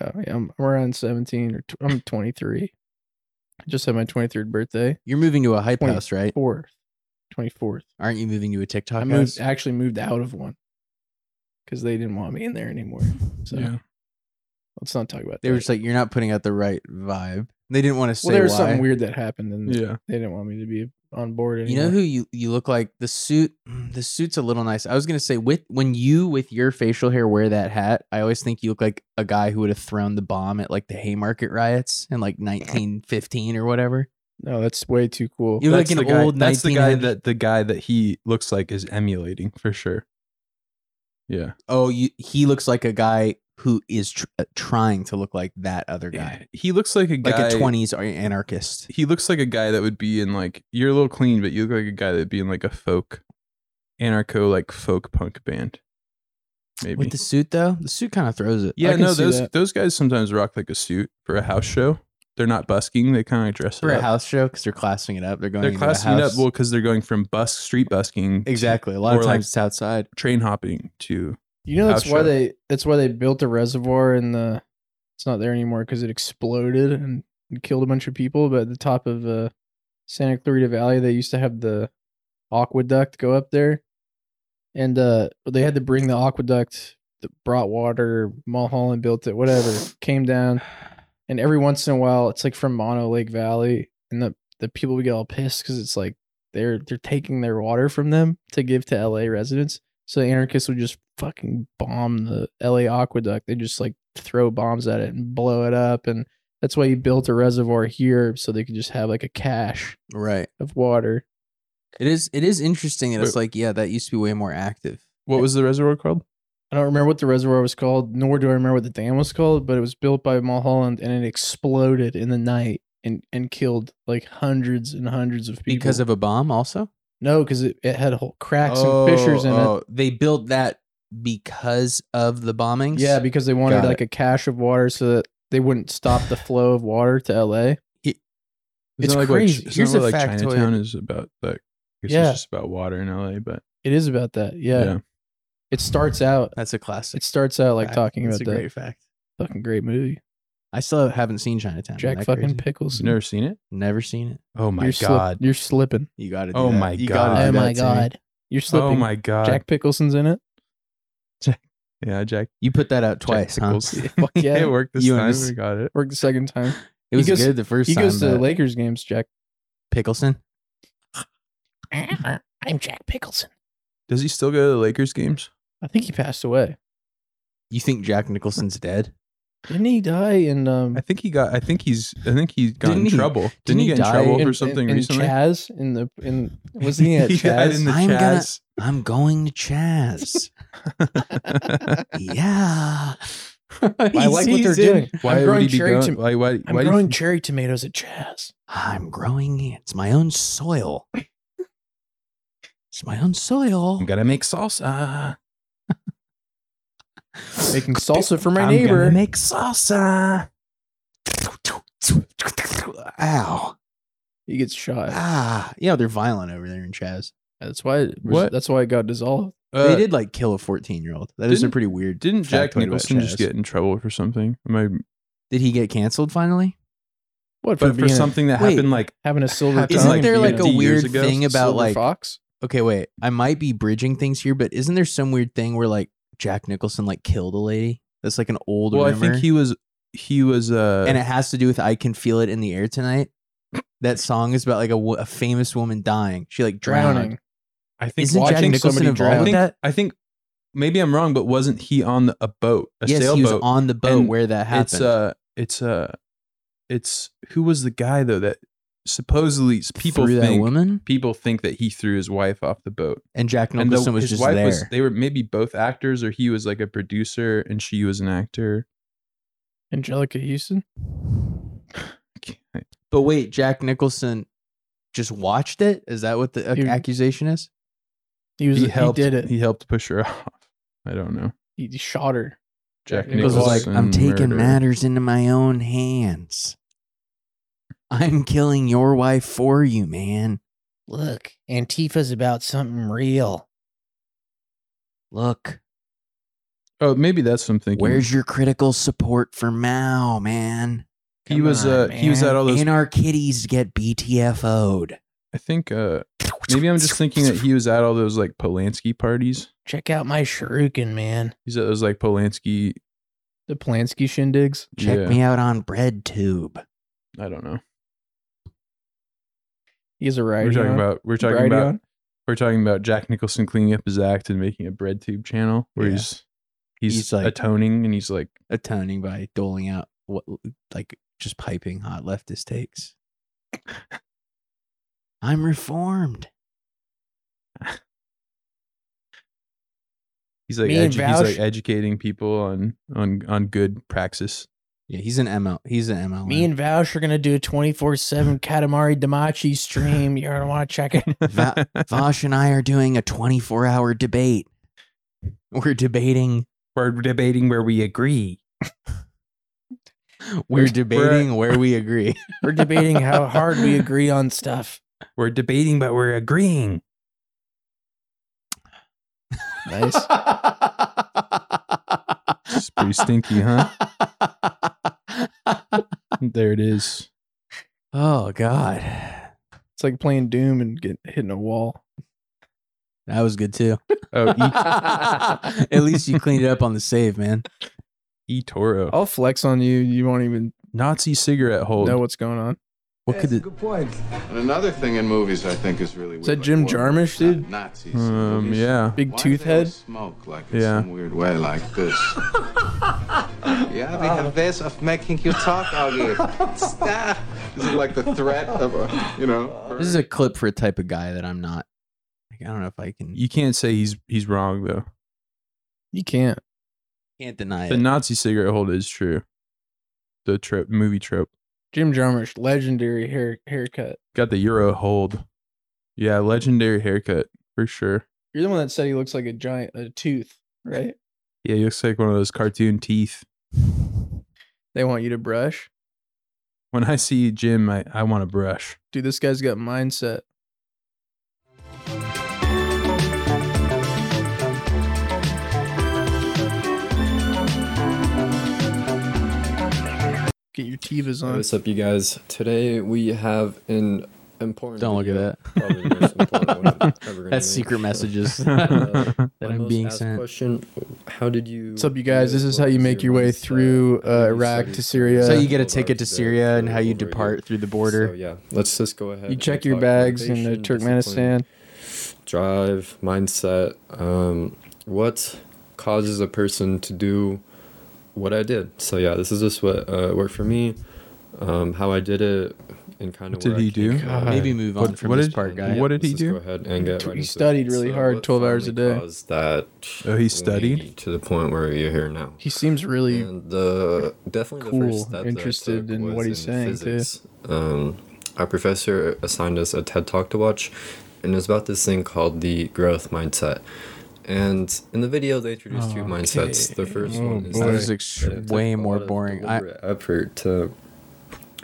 C: Oh, yeah, I'm, I'm around 17 or tw- I'm 23. I just had my 23rd birthday.
A: You're moving to a hype
C: Twenty-
A: house, right?
C: Fourth. 24th.
A: Aren't you moving to a TikTok
C: I
A: house?
C: moved actually moved out of one because they didn't want me in there anymore. So let's not talk about
A: They were
C: that.
A: just like, "You're not putting out the right vibe." They didn't want to say
C: well, there was
A: why.
C: something weird that happened, and
D: Yeah.
C: they didn't want me to be on board.
A: You
C: Anymore.
A: know who you, you look like? The suit [clears throat] mm, the suit's a little nice. I was gonna say with when you with your facial hair wear that hat, I always think you look like a guy who would have thrown the bomb at like the Haymarket riots in [laughs] like nineteen fifteen or whatever.
C: No, that's way too cool.
A: You look like an
D: the guy,
A: old
D: That's the guy
A: 1900
D: that the guy that he looks like is emulating for sure. Yeah.
A: Oh, you he looks like a guy who is tr- uh, trying to look like that other guy,
D: Eh, He looks like a guy
A: like a twenties anarchist.
D: He looks like a guy that would be in like you're a little clean, but you look like a guy that'd be in like a folk anarcho like folk punk band. Maybe.
A: With the suit though, the suit kind of throws it.
D: yeah,
C: can
D: no,
C: see
D: those
C: that.
D: those guys sometimes rock like a suit for a house show. They're not busking, they kind of dress
A: for
D: it
A: a
D: up.
A: house show because they're classing it up. They're going.
D: They're
A: into a
D: classing it up
A: house.
D: well because they're going from bus street busking to
A: [laughs] exactly. A lot of
D: or,
A: times
D: like,
A: it's outside.
D: train hopping to
C: You know that's
D: House
C: why
D: show.
C: they that's why they built a reservoir in the it's not there anymore because it exploded and it killed a bunch of people. But at the top of uh, Santa Clarita Valley, they used to have the aqueduct go up there, and uh, they had to bring the aqueduct that brought water. Mulholland built it, whatever came down, and every once in a while, it's like from Mono Lake Valley, and the the people would get all pissed because it's like they're they're taking their water from them to give to L.A. residents. So the anarchists would just fucking bomb the LA aqueduct. They just like throw bombs at it and blow it up. And that's why you built a reservoir here so they could just have like a cache
A: Right.
C: of water.
A: It is. It is interesting that it's like yeah, that used to be way more active.
D: what was the reservoir called?
C: I don't remember what the reservoir was called, nor do I remember what the dam was called, but it was built by Mulholland and it exploded in the night and, and killed like hundreds and hundreds of people.
A: because of a bomb also Oh,
C: no, because it, it had whole cracks
D: Oh,
C: and fissures in it.
A: they built that because of the bombings
C: Yeah, because they wanted
A: Got
C: like a cache of water so that they wouldn't stop the flow of water to LA. It's
D: not like
C: crazy.
D: What,
C: Here's
D: Here's
C: a
D: like
C: factoid.
D: Chinatown is about like it's
C: Yeah.
D: just about water in LA, but
C: It is about that.
D: yeah.
C: Yeah. It starts out
A: that's a classic
C: It starts out like
A: fact.
C: talking
A: That's
C: about that
A: a great fact
C: fucking great movie.
A: i still haven't seen chinatown Isn't
C: Jack
A: that
C: fucking
A: crazy?
C: Pickles.
D: Never seen it?
A: never seen it
D: Oh my
C: you're slip-
D: god.
C: you're slipping.
A: you gotta do
D: Oh
A: that.
D: my
A: You gotta
D: God.
A: do
C: oh
A: that
C: my
A: to me.
C: god, you're slipping.
D: Oh my god.
C: Jack Pickleson's in it.
D: yeah, Jack.
A: you put that out twice
D: Jack
A: huh?
D: Nichols.
C: [laughs] Fuck yeah,
D: [laughs] it worked this
A: You and
D: time.
A: his-
D: We got it.
C: worked the second time.
A: it was
C: He goes-
A: good the first
C: He
A: time
C: goes to
A: but-
C: Lakers games. Jack.
A: pickleson
C: [laughs] I'm Jack Pickleson.
D: Does he still go to the Lakers games?
C: I think he passed away.
A: you think jack nicholson's dead
C: Didn't he die in um?
D: I think he got I think he's I think he got
A: Didn't
D: in
A: he-
D: trouble. Didn't,
A: didn't
D: he
A: he
D: get in
A: die
D: trouble
C: in,
D: for something
C: in, in
D: recently? [laughs]
C: Chaz in the in wasn't he at
D: He died
C: Chaz?
D: in the
A: I'm gonna-
D: Chaz.
A: i'm going to
C: [laughs]
A: chaz yeah
C: I like what they're
A: He's in-
C: doing.
D: why
C: I'm
D: would
C: growing
D: he be
C: cherry.
D: going,
C: tom-
D: why, why,
C: I'm
D: why do you
C: growing
D: think-
C: cherry tomatoes at Chaz.
A: I'm growing it. It's my own soil. It's my own soil.
D: I'm gonna make salsa.
C: Making salsa for my
D: I'm
C: neighbor.
D: Gonna make salsa.
A: Ow.
C: he gets
D: Uh,
C: shot.
A: Ah. Yeah, they're violent over there in Chaz.
C: That's why. It was,
D: What?
C: That's why it got dissolved.
A: they
D: Uh,
A: did like kill a 14 year old. That is a
D: didn't-
A: pretty weird.
D: Didn't Jack
A: factoid about
D: Nicholson just
A: Chaz.
D: get in trouble for something? Am I
A: Did he get canceled finally?
C: What
D: But for
C: being a-
D: something that
A: Wait.
D: happened like
C: having a silver
D: Isn't
C: tongue?
D: there,
C: and
D: like,
C: being
D: a
C: deer
D: years
A: weird
D: ago,
A: thing about
C: silver
A: like
C: fox?
A: okay, wait, I might be bridging things here, but isn't there some weird thing where like Jack Nicholson like killed a lady? That's like an old
D: well, I
A: rumor.
D: think he was he was uh
A: and it has to do with I can feel it in the air tonight. That song is about like a, wo- a famous woman dying. She like drowned.
C: drowning.
D: I think
A: Isn't Jack
C: watching
A: Nicholson
C: somebody drown.
A: involved
D: I
A: with
D: think,
A: that?
D: I think maybe I'm wrong, but wasn't he on the, a boat, a
A: yes,
D: sailboat?
A: he was on the boat
D: And
A: where that happened.
D: it's uh it's uh it's who was the guy though that supposedly people
A: Through that
D: think
A: woman
D: people think that he threw his wife off the boat.
A: and Jack
D: And the-
A: Nicholson was
D: his
A: just
D: wife
A: there.
D: was they were maybe both actors or he was like a producer and she was an actor.
C: Angelica Houston.
A: but wait, Jack Nicholson just watched it. Is that what the ac-
C: He-
A: accusation is?
C: He was.
D: He
C: He,
D: helped
C: did it.
D: he helped push her [laughs] off. I don't know.
C: He, shot her.
D: Jack
C: Jack Nicholson
A: Nichols was like, I'm
D: Nicholson
A: taking
D: murder.
A: matters into my own hands. I'm killing your wife for you, man.
B: Look, Antifa's about something real.
A: Look,
D: Oh, maybe that's something.
A: where's your critical support for Mao, man?
D: he
B: Come
D: was
B: on,
D: uh he was
B: man.
D: at all those
A: And our kitties get BTFO'd.
D: I think uh maybe I'm just thinking that he was at all those like Polanski parties.
B: Check out my shuriken, man.
D: He's at those like Polanski
C: The Polanski shindigs.
A: Check
D: yeah,
A: me out on BreadTube.
D: I don't know.
C: He's a right.
D: we're talking about we're talking about Oh, we're talking about Jack Nicholson cleaning up his act and making a bread tube channel where
C: Yeah.
D: he's he's,
A: He's like-
D: atoning and he's like
A: Atoning by doling out what, like, just piping hot leftist
D: [laughs]
A: takes. I'm reformed.
D: he's like
C: Me and
D: edu- he's like
C: Vouch-
D: educating people on on on good praxis. [laughs]
A: Yeah, he's an ML. He's an ML.
B: Me and Vouch are gonna do a twenty four seven Katamari Damachi stream. You're gonna want to check it.
D: [laughs]
A: Va- Vosh and I are doing a 24 hour debate. We're debating.
D: we're debating where we agree.
A: We're debating where we
D: [laughs]
A: agree.
B: We're debating how hard we agree on stuff.
D: We're debating, but we're agreeing.
C: [laughs] Nice.
D: It's pretty stinky, [laughs] huh? There it is.
A: Oh God,
C: It's like playing Doom and getting hitting a
D: [laughs]
C: wall.
A: that was good too.
D: Oh,
A: At least you cleaned it up on the save, man.
D: E, e Toro.
C: I'll flex on you. You won't even
D: Nazi cigarette hold.
C: know what's going on.
A: What could it?
E: And another thing in movies I think is really weird.
C: that Jim
E: war
C: Jarmusch,
E: movies,
C: dude?
E: Nazis. in
D: um,
E: movies.
D: yeah.
C: Big
E: Why do
C: tooth
E: they always
C: head.
E: Smoke like in
D: Yeah.
E: some weird way like this.
C: [laughs]
E: yeah, they have ways of making you talk, Augie. Stop. This is like the threat of a, you know.
A: This is a clip for a type of guy that I'm not. Like, I don't know if I can. You
D: You can't say he's he's wrong though.
C: You can't.
A: can't deny
D: The
A: it.
D: Nazi cigarette hold is true. The trope movie trope.
C: Jim Jarmusch, legendary hair haircut.
D: Got the Euro hold. Yeah, legendary haircut for sure.
C: You're the one that said he looks like a giant a tooth, right?
D: Yeah, he looks like one of those cartoon teeth.
C: They want you to brush.
D: When I see Jim, I, I want to
C: [laughs]
D: brush. [laughs]
C: Dude, this guy's got mindset. Get your Tevas on.
F: What's up, you guys? Today we have an important.
A: Don't look at
F: video,
A: that.
F: Probably the most important one I'm
A: [laughs]
F: ever gonna
A: That's
F: make.
A: secret
D: [laughs]
A: messages [laughs] that
D: That's
A: I'm
F: most
A: being
F: asked
A: sent.
F: Question: How did you?
C: What's up, you guys? This is how
F: what
C: you
F: was
C: make your way
F: mindset?
C: through,
F: How
C: uh,
F: did you
C: Iraq
F: study
C: to Syria.
A: So
F: survival
A: you get a
F: of
A: ticket to
F: Iraq
A: Syria and
F: for
A: how you
F: over a year?
A: depart through the
F: So
A: border.
F: yeah, let's just go ahead.
C: You
F: and
C: check your
F: talk
C: bags in uh,
F: motivation,
C: Turkmenistan.
F: discipline, drive, mindset. Um, what causes a person to do what I did? So yeah, this is just what uh, worked for me. Um, how I did it, and kind of
D: What did he do?
A: God. Maybe move on
D: What-
A: from
D: what
A: this
D: did-
A: part, guy.
D: What did he
F: Let's just
D: do?
F: Go ahead and get
C: He
F: right into
C: studied
F: it.
C: really
F: So
C: hard,
F: what
C: 12 hours a
F: finally
C: day.
F: caused That
D: Oh, he studied?
F: lead to the point where you're here now.
C: He seems really
F: And the definitely the
C: cool,
F: first step that I
C: interested
F: took
C: in
F: was
C: what he's saying, too.
F: physics. Um, our professor assigned us a TED talk to watch, and it's about this thing called the growth mindset. And in the video, they introduced two mindsets. The first
C: Oh,
F: one is
C: boy.
F: that
A: This is ext-
F: it took
A: way
F: a
A: more
F: lot of
A: boring. I-
F: deliberate effort to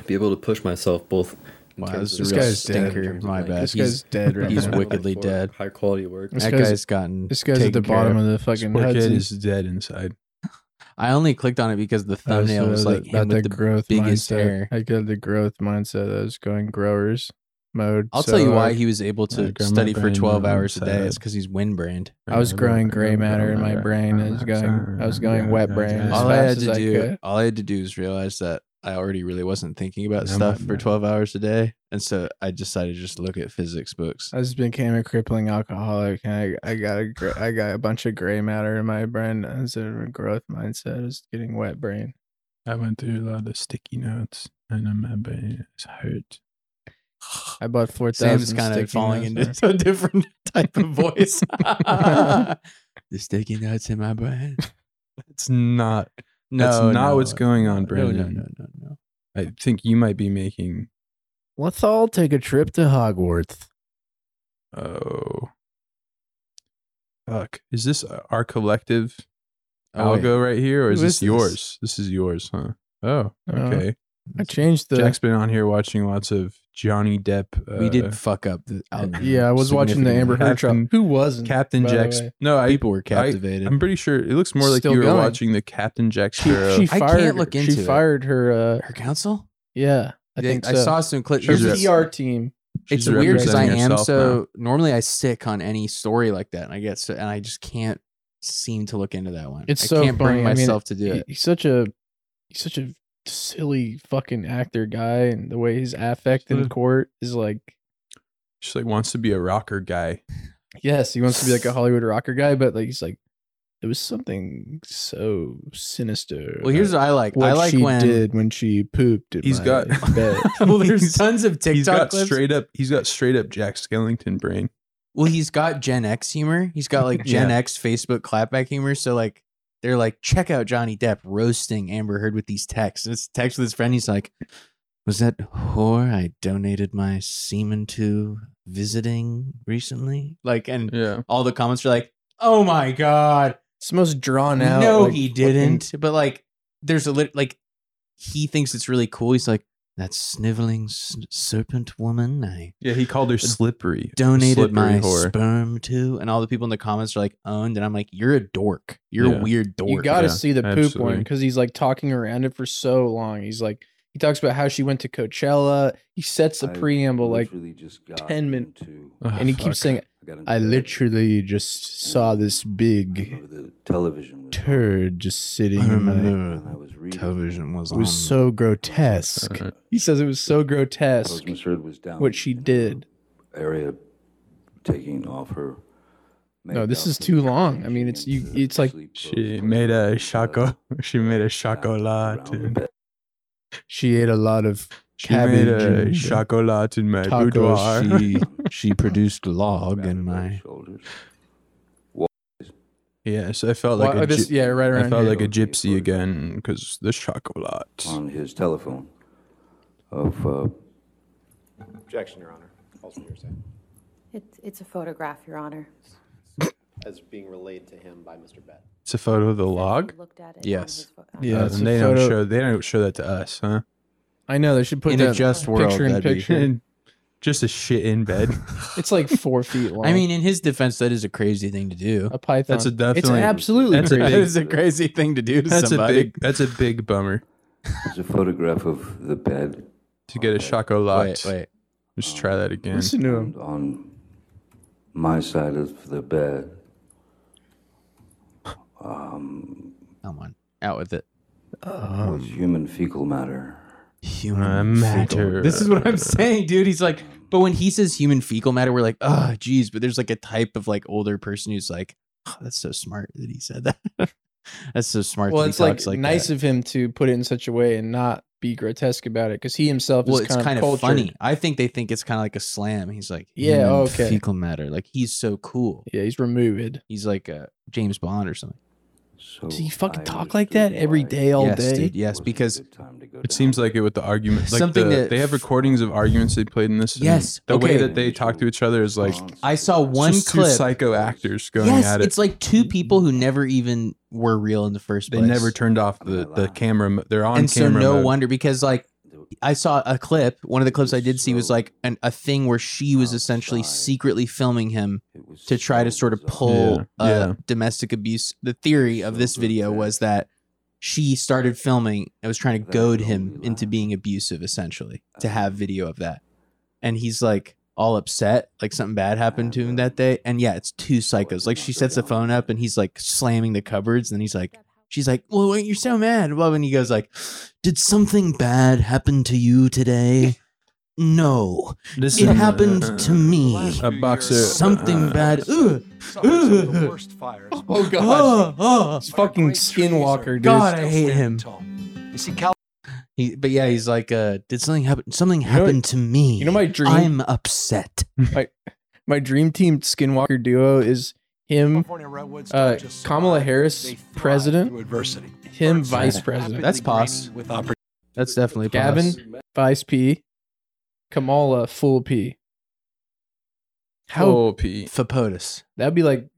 F: be able to push myself both. in
A: Wow,
F: terms
A: this
F: of
A: is
C: a real
F: results and in
C: stinker.
F: terms of,
A: My
F: like,
A: bad.
C: this
A: he's-
C: guy's dead [laughs] right
A: he's
C: now.
A: wicked. wickedly dead.
F: High quality work.
C: This
A: that
C: guy's-
A: guy's gotten.
C: This guy's at the
A: taken care
C: bottom of the fucking
D: Poor
C: Hudson.
D: kid is dead inside.
A: I only clicked on it because the thumbnail
C: Also,
A: was
C: that-
A: like him
C: Oh, about
A: with
C: that
A: the
C: growth
A: biggest
C: mindset.
A: hair.
C: I got the growth mindset. I was going growers mode.
A: I'll
C: So uh,
A: tell you why
C: I-
A: he was able
D: Yeah,
A: to
D: grandma
A: study for
D: brain,
A: 12
D: mom
A: hours a day.
D: said.
A: It's because he's windbrained.
C: I was growing gray matter in my brain. I
D: I
C: was going, I was going wet brain. As
A: All I
C: fast
A: had
C: as
A: to
C: I
A: do,
C: could.
A: all I had to do is realize that I already really wasn't thinking about
D: Yeah, I'm
A: stuff
D: not
A: for
D: mad.
A: 12 hours a day, and so I decided to just look at physics books.
C: I just became a crippling alcoholic, and I, I got a gr- I got a bunch of gray matter in my brain. I was in a growth mindset. I was getting wet brain.
D: I went through a lot of the sticky notes, and I'm my brain is hurt.
C: I bought four
A: [sighs]
C: thousand.
A: Sam's kind of falling into [laughs] a different type of
C: [laughs]
A: voice. [laughs] the sticky notes in my brain.
D: It's not.
A: No,
D: That's not
A: no,
D: what's going on,
A: no,
D: Brandon.
A: No, no, no, no.
D: I think you might be making.
B: Let's all take a trip to Hogwarts.
D: Oh, fuck! Is this our collective
A: Oh, wait.
D: algo right here, or is
C: Who
D: this
C: is this?
D: yours? This is yours, huh? Oh, okay.
C: I changed the.
D: Jack's been on here watching lots of Johnny Depp. Uh,
A: we did fuck up the algorithm
C: yeah, I was watching the Amber Heard trial.
D: Captain-
C: Who wasn't?
D: Captain
C: by the
D: Jack.
C: way.
D: No, I.
A: People were captivated.
D: I'm pretty sure it looks more like
C: Still
D: you were
C: going.
D: watching the Captain Jack
C: She,
D: Sparrow.
C: she
A: I
C: fired.
A: can't look into
C: She
A: it.
C: fired her. Uh,
A: Her counsel?
C: yeah, I
A: They-
C: think so.
A: I saw some clips.
C: her
D: She's a-
C: PR team.
A: it's
D: She's
A: weird because I
D: representing
A: am
D: herself
A: so normally I sick on any story like that, and I get so, and I just can't seem to look into that one.
C: It's
A: I
C: so
A: can't
C: funny.
A: bring
C: I mean,
A: myself to do
C: He-
A: it.
C: he's such a he's such a silly fucking actor guy, and the way his affect in
D: Mm.
C: court is like.
D: She like wants to be a rocker guy.
C: Yes, he wants to be like a Hollywood rocker guy, but like he's like, it was something so sinister.
A: Well, here's
C: about
A: what I like.
C: what
A: I like
C: she
A: when [laughs]
C: did when she pooped. In
D: He's
C: my
D: got-
C: bed.
A: well, there's
D: He's-
A: tons of
D: he's
A: TikTok
D: got
A: clips.
D: straight up. He's got straight up Jack Skellington brain.
A: well, he's got Gen X humor. He's got
C: [laughs]
A: like Gen X Facebook clapback humor. So like they're like, check out Johnny Depp roasting Amber Heard with these texts. And it's a text with his friend. He's like, was that whore I donated my semen to visiting recently? Like, and
C: [laughs]
D: Yeah.
A: all the comments are like, "Oh my god,
C: It's the most drawn out.
A: no,
C: like,
A: he
C: fucking-
A: didn't." But like, there's a lit like he thinks it's really cool. He's like, "That sniveling s- serpent woman, I
D: Yeah. He called her slippery.
A: donated
D: Slippery
A: my
D: whore.
A: sperm to," and all the people in the comments are like owned, and I'm like, "You're a dork. You're
D: Yeah.
A: a weird dork."
C: You got to
D: Yeah,
C: see the poop one
D: absolutely.
C: because he's like talking around it for so long. He's like, he talks about how she went to Coachella. He sets the
G: I
C: preamble like, Uh,
G: just got
C: 10 minute-
G: into-
D: Ugh,
A: [sighs]
C: and he
D: fuck.
C: keeps saying,
G: got into
B: I
G: bed.
B: literally just saw this
G: I
B: big
G: remember The television was on,
B: turd just sitting
A: I
B: in my.
G: and I
A: remember
G: was reading.
A: television was
B: It
A: on.
B: was so grotesque.
D: Uh,
C: he says it was so grotesque.
G: Rose Miss Heard was down
C: what she
G: in her
C: did.
G: Area taking off her.
C: No, this
G: makeup
C: is
G: and
C: too long.
G: changing
C: I mean, it's- you-
G: into
C: it's like-
G: sleep
D: she
G: clothes,
D: made a
G: whatever,
D: choco. [laughs] She made a
G: uh,
D: chocolat.
G: around the bed.
B: She ate a lot of
D: She
B: cabbage.
D: made a
B: and-
D: chocolat in my
B: tacos.
D: boudoir. [laughs]
A: she she produced log in
G: Rounded her
A: my
G: shoulders.
D: Yes, I felt
C: Why-
D: like a
C: oh, this-
D: gyp-
C: yeah, right
D: I
C: around
D: felt
C: here.
D: like a gypsy again because the chocolat.
G: on his telephone of uh,
H: Objection, Your Honor. Also hearsay.
I: It's, it's a photograph, Your Honor.
H: As being relayed to him by Mr. Bett.
D: It's a photo of the log.
I: Looked at it on
A: Yes.
I: his pho-
C: Yeah,
D: Uh,
C: it's
D: and
C: a
D: they
C: photo-
D: don't show. They don't show that to us, huh?
C: I know they should put
A: in
C: that
A: a just world.
C: picture in
A: that'd be-
C: picture.
D: [laughs] Just a shit in bed. [laughs]
C: It's like four feet long.
A: I mean, in his defense, that is a crazy thing to [laughs] do.
C: a python.
D: That's a definitely-
C: It's absolutely
D: that's
A: [laughs]
D: a
C: crazy.
A: That is a crazy thing to do to
D: That's a
A: somebody.
D: big. That's a big bummer
G: it's a photograph of the bed
D: to get a chocolat.
A: Wait, wait.
D: Let's try that again.
C: Listen to him.
G: and on my side of the bed um,
A: Come on. Out with it. Um,
G: was human fecal matter.
A: Human
D: Uh, matter.
A: This is
D: [laughs]
A: what I'm saying, dude. He's like, but when he says human fecal matter, we're like, oh, geez. But there's like a type of like older person who's like, oh, that's so smart that he said that. [laughs] that's so smart.
C: well,
A: that
C: it's
A: he
C: like,
A: talks like
C: nice
A: that.
C: of him to put it in such a way and not be grotesque about it because he himself
A: Well,
C: is
A: it's
C: kind,
A: kind
C: of,
A: of funny.
C: cultured.
A: I think they think it's kind of like a slam. He's like,
C: Yeah,
A: human
C: okay.
A: Fecal matter. Like he's so cool.
C: Yeah, he's removed.
A: He's like uh, James Bond or something.
G: So
C: Does he fucking
G: I
C: talk like that
G: understood
C: every
G: why
C: day, all
A: yes,
C: day?
A: dude.
G: it
A: Yes,
G: wasn't a
A: because
G: good time to go
D: It seems
G: down.
D: like it with the argument. Like
A: Something
D: the,
A: that-
D: they have recordings of arguments they played in this. and
A: Yes,
D: The
A: okay.
D: way that they talk to each other is like
A: I saw one
D: just two
A: clip.
D: psycho actors going
A: yes,
D: at it.
A: it's like two people who never even were real in the first
D: they
A: place.
D: never turned off the the camera. mo- They're on
A: and so
D: camera.
A: no
D: mode.
A: wonder because like I saw a clip. One of the clips I did see was like an, a thing where she was essentially
G: Outside.
A: secretly filming him
G: It was
A: to try to
G: so
A: sort of
G: bizarre.
A: pull
D: Yeah,
A: Uh,
D: yeah.
A: domestic abuse. The theory of
G: So
A: this video
G: grotesque.
A: was that she started filming and was trying to
G: That
A: goad
G: will
A: him
G: be
A: into
G: loud.
A: being abusive, essentially, to have video of that. And he's like all upset, like something bad happened to him that day. And yeah, it's two psychos. Like she sets the phone up and he's like slamming the cupboards and he's like, she's like, well, wait, you're so mad. Well, and he goes like, did something bad happen to you today? No,
D: This
A: it happened to me.
D: a boxer.
C: uh,
A: Something
C: [laughs]
A: bad. Ugh, ugh.
C: Oh
A: Oh, oh.
C: It's fucking skinwalker, dude.
A: God, I hate him. He, but yeah, he's like, uh, did something happen? Something
C: know what-
A: happened to me.
C: you know my dream-
A: I'm upset.
C: My dream team skinwalker duo is him, uh, Kamala Harris, president,
J: adversity.
C: him, vice president,
A: That's pos.
J: With opportunity.
A: That's definitely pos.
C: Gavin, vice P, Kamala, full P. How
D: Oh, P.
A: Fapotus.
C: that'd be like,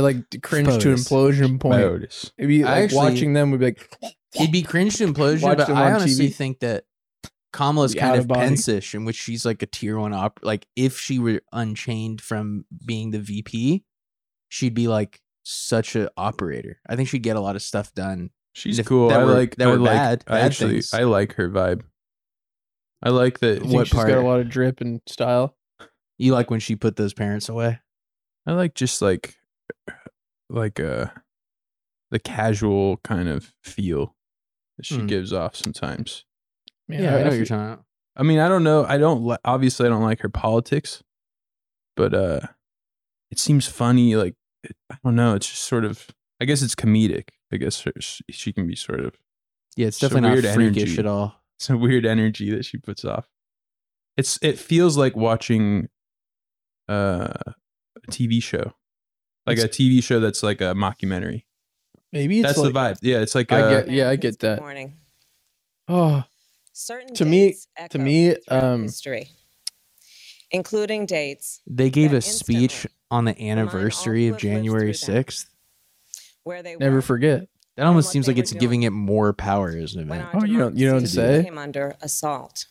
A: [laughs]
C: like cringe to
A: Photos.
C: implosion point.
D: Notice.
C: It'd be
A: I
C: like
A: actually-
C: watching them would be like,
A: He'd be cringe to implosion,
C: Watch
A: but
C: them
A: I
C: on
A: honestly
C: TV.
A: think that Kamala's
C: Be
A: kind
C: out
A: of
C: of body.
A: pensish, in which she's like a tier one op. Like if she were unchained from being the VP, she'd be like such an operator. I think she'd get a lot of stuff done.
D: She's
A: If
D: cool.
A: that
D: I
A: were-
D: like
A: that
D: I
A: were
D: like,
A: bad-
D: I
A: bad
D: actually
A: things.
D: I like her vibe. I like
C: [laughs]
D: that.
C: I think
A: What
C: she's
A: part?
C: got a lot of drip and style.
A: You like when she put those parents away?
D: I like just like like uh the casual kind of feel that she
A: Hmm.
D: gives off sometimes.
C: Man,
A: I know what
C: feel-
A: you're talking about.
D: I mean, I don't know. I don't li- obviously I don't like her politics, but uh it seems funny like it- I don't know, it's just sort of I guess it's comedic. I guess her, she, she can be sort of [laughs]
A: Yeah, it's
D: It's a
A: definitely
D: weird
A: not freakish
D: energy.
A: at all.
D: it's a weird energy that she puts off. It's it feels like watching uh, a TV show, like a TV show that's like a mockumentary.
C: Maybe it's
D: That's
C: like,
D: the vibe. Yeah, it's like
C: I
D: uh,
C: get- yeah, I get that.
K: Morning.
C: oh,
K: Certain
C: To me-
K: dates
C: to
K: echo
C: me,
K: throughout
C: um,
K: history, including dates
A: They gave
K: that
A: a speech
K: instantly,
A: on the
K: mind
A: anniversary
K: all
A: of
K: lived- lived
A: January
K: through them.
A: 6th.
K: where they
C: never
K: were,
C: forget.
A: That almost
K: what
A: seems
K: they
A: like
K: were
A: it's giving
K: doing.
A: it more power as an event.
K: our
C: Oh, you don't- you don't
K: democracy
C: say.
K: Came under assault.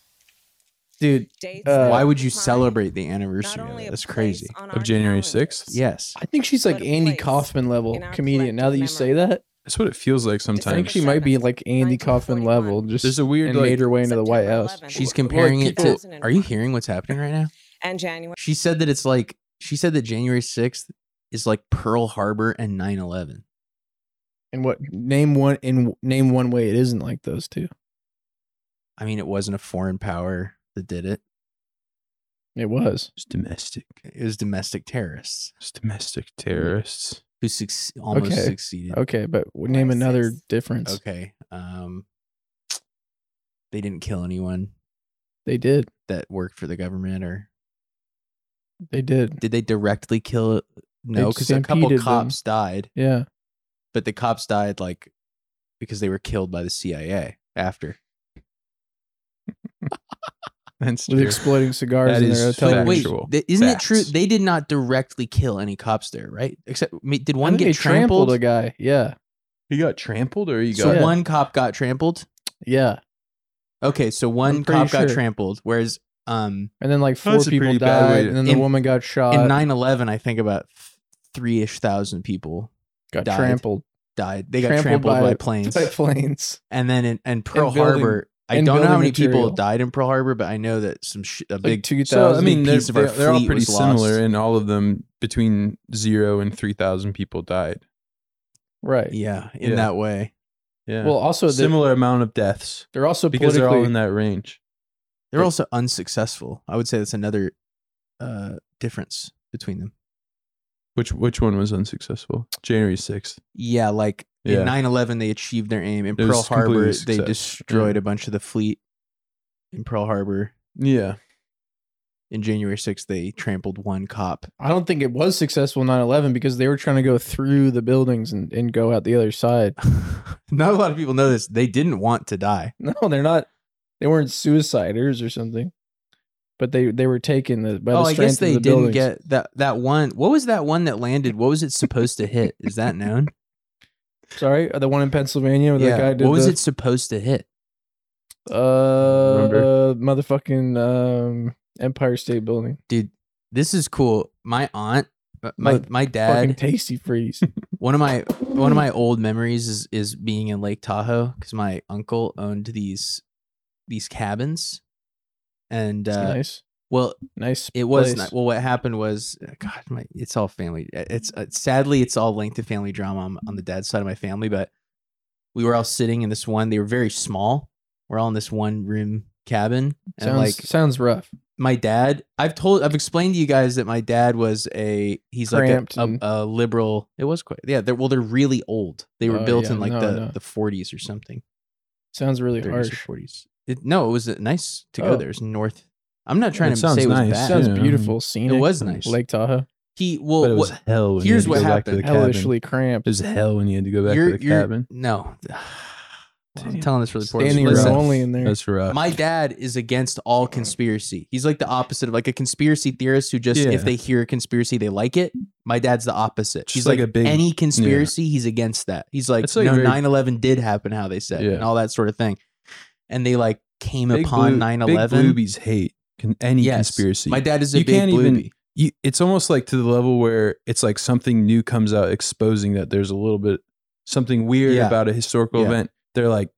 C: Dude,
K: Dates.
C: Uh,
A: Why would you
K: define
A: celebrate the
K: not
A: anniversary of
K: only
A: it?
K: a
A: That's
K: place
A: crazy.
K: on
D: Of
K: our
D: January
K: calendars,
D: 6th?
A: Yes.
C: I think she's like
K: What a
C: Andy
K: place
C: Kaufman level
K: in our
C: comedian. Now that you
K: collective
C: say that,
D: that's what it feels like
C: I think
D: sometimes.
C: she might be like Andy
K: 1941.
C: Kaufman level. Just
D: There's a weird
C: and
D: like
C: made her way into the White
K: September
C: House.
K: 11th.
A: She's
K: Well,
A: comparing it to.
K: people-
A: Are you hearing what's happening right now?
K: and January.
A: She said that it's like. She said that January 6th is like Pearl Harbor and 9 11.
C: And what name one in name one way it isn't like those two.
A: I mean, it wasn't a foreign power that did it,
C: It was.
D: It's domestic.
A: it was domestic terrorists
D: It's domestic terrorists. [laughs]
A: who suc- almost
C: Okay.
A: succeeded.
C: Okay, but w- name another
K: Racist.
C: difference.
A: Okay. Um, they didn't kill anyone
C: They did.
A: that worked for the government or
C: They did.
A: did they directly kill no because a couple
C: stampeded them.
A: cops died
C: Yeah.
A: but the cops died like because they were killed by the cia after
D: That's
C: With
D: true.
C: exploding cigars
D: That
C: in
D: is
C: their
D: But
C: hotel
D: fact.
C: room.
A: wait
D: Factual.
A: th- isn't it true
D: Facts.
A: they did not directly kill any cops there right except I mean, did
C: I
A: one
C: think
A: get
C: they trampled
A: trampled,
C: a guy. Yeah.
D: He got trampled, or he
A: so
D: got
C: Yeah.
A: one cop got trampled
C: Yeah.
A: okay so one
C: pretty
A: cop got
C: sure.
A: trampled whereas um
C: And then like four
D: That's a
C: people
D: pretty bad way
C: died
D: to-
C: and then the
A: In-
C: woman got shot.
A: in 9-11 i think about three-ish thousand people
C: got
A: died.
C: trampled.
A: died they got
C: Trampled
A: trampled by,
C: by-
A: planes
C: [laughs] By planes.
A: and then in, and pearl
C: building-
A: harbor i
C: and
A: don't know how
C: building
A: many people
C: material.
A: died in pearl harbor but i know that some sh- a
C: Like
A: big
C: two
D: So I
A: a
C: thousand.
D: mean,
A: big
D: they're,
A: piece of our
D: they're, they're all
A: fleet
D: pretty
A: was
D: similar,
A: lost.
D: and all of them between zero and three thousand people died.
C: Right.
A: Yeah, in
D: Yeah.
A: that way.
D: Yeah,
C: Well also they're,
D: similar amount of deaths
C: they're also
D: because they're all
C: politically
D: in that range.
A: They're
D: But-
A: also unsuccessful. I would say that's another uh, difference between them.
D: Which which one was unsuccessful? January sixth.
A: Yeah, like
D: Yeah.
A: in 9 11, they achieved their aim. In
D: It was
A: Pearl Harbor,
D: completely
A: they
D: success.
A: destroyed
D: Yeah.
A: a bunch of the fleet in Pearl Harbor.
D: Yeah.
A: In January 6th, they trampled one cop. [laughs]
C: I don't think it was successful 9/11 because they were trying to go through the buildings and, and go out the other side. [laughs]
A: Not a lot of people know this. They didn't want to die.
C: No, they're not. They weren't suiciders or something, but they they were taken the, by
A: oh,
C: the
A: I
C: strength
A: guess they
C: of the
A: didn't
C: buildings.
A: get that, that one. What was that one that landed? What was it supposed to hit? Is that
C: [laughs]
A: known?
C: Sorry, the one in Pennsylvania where that guy did
A: What was
C: the,
A: it supposed to hit?
C: Uh, motherfucking um, Empire State Building.
A: dude this is cool my aunt uh, my
C: Look,
A: my
C: Fucking
A: dad
C: tasty freeze.
A: one of my one of my old memories is is being in Lake Tahoe because my uncle owned these these cabins, and
C: It's
A: uh,
C: nice.
A: well,
C: Nice.
A: it was
C: place.
A: not, well. What happened was, uh, God, my it's all family. It's uh, sadly it's all linked to family drama on, on the dad's side of my family. But we were all sitting in this one. They were very small. We're all in this one room cabin, and
C: sounds,
A: like
C: sounds rough.
A: my dad i've told i've explained to you guys that my dad was a he's
C: Cramped
A: like
C: and-
A: a- a, a, liberal it was quite yeah they're well they're really old they were
C: Oh,
A: built
C: yeah,
A: in like
C: no,
A: the
C: no.
A: the 40s or something
C: Sounds really
A: 30s
C: harsh.
A: or 40s it, no it was uh, nice to go
C: Oh.
A: there it's north i'm not trying
D: It
A: to
D: sounds
A: say it was
D: nice.
A: bad
C: Sounds
D: Yeah.
C: beautiful. Scenic.
A: was nice.
C: Lake Tahoe.
A: he well
D: but it was
A: what-
D: hell. When
A: here's
D: you
A: what
D: had to go back to
A: happened.
D: the cabin.
C: Hellishly cramped.
D: It was hell when you had to go back
A: you're,
D: to the
A: you're-
D: cabin.
A: no [sighs] Well, i'm
D: Damn.
A: telling this really poorly
D: Standing
A: Listen,
D: rock.
C: only in there.
D: That's rough.
A: my dad is against all conspiracy. He's like the opposite of like a conspiracy theorist who just
D: Yeah.
A: if they hear a conspiracy they like it. My dad's the opposite.
D: Just
A: he's like,
D: like a big-
A: any conspiracy, he's against that. He's like,
D: That's like
A: no,
D: very-
A: 9/11 did happen, how they said,
D: Yeah.
A: and all that sort of thing. And they like came
D: Big
A: upon
D: blue-
A: 9/11.
D: Big bluebies hate con- any
A: Yes.
D: conspiracy.
A: My dad is a
D: You
A: big
D: can't even-
A: bluebie.
D: you, it's almost like to the level where it's like something new comes out exposing that there's a little bit something weird
A: Yeah.
D: about a historical
A: Yeah.
D: event. They're like,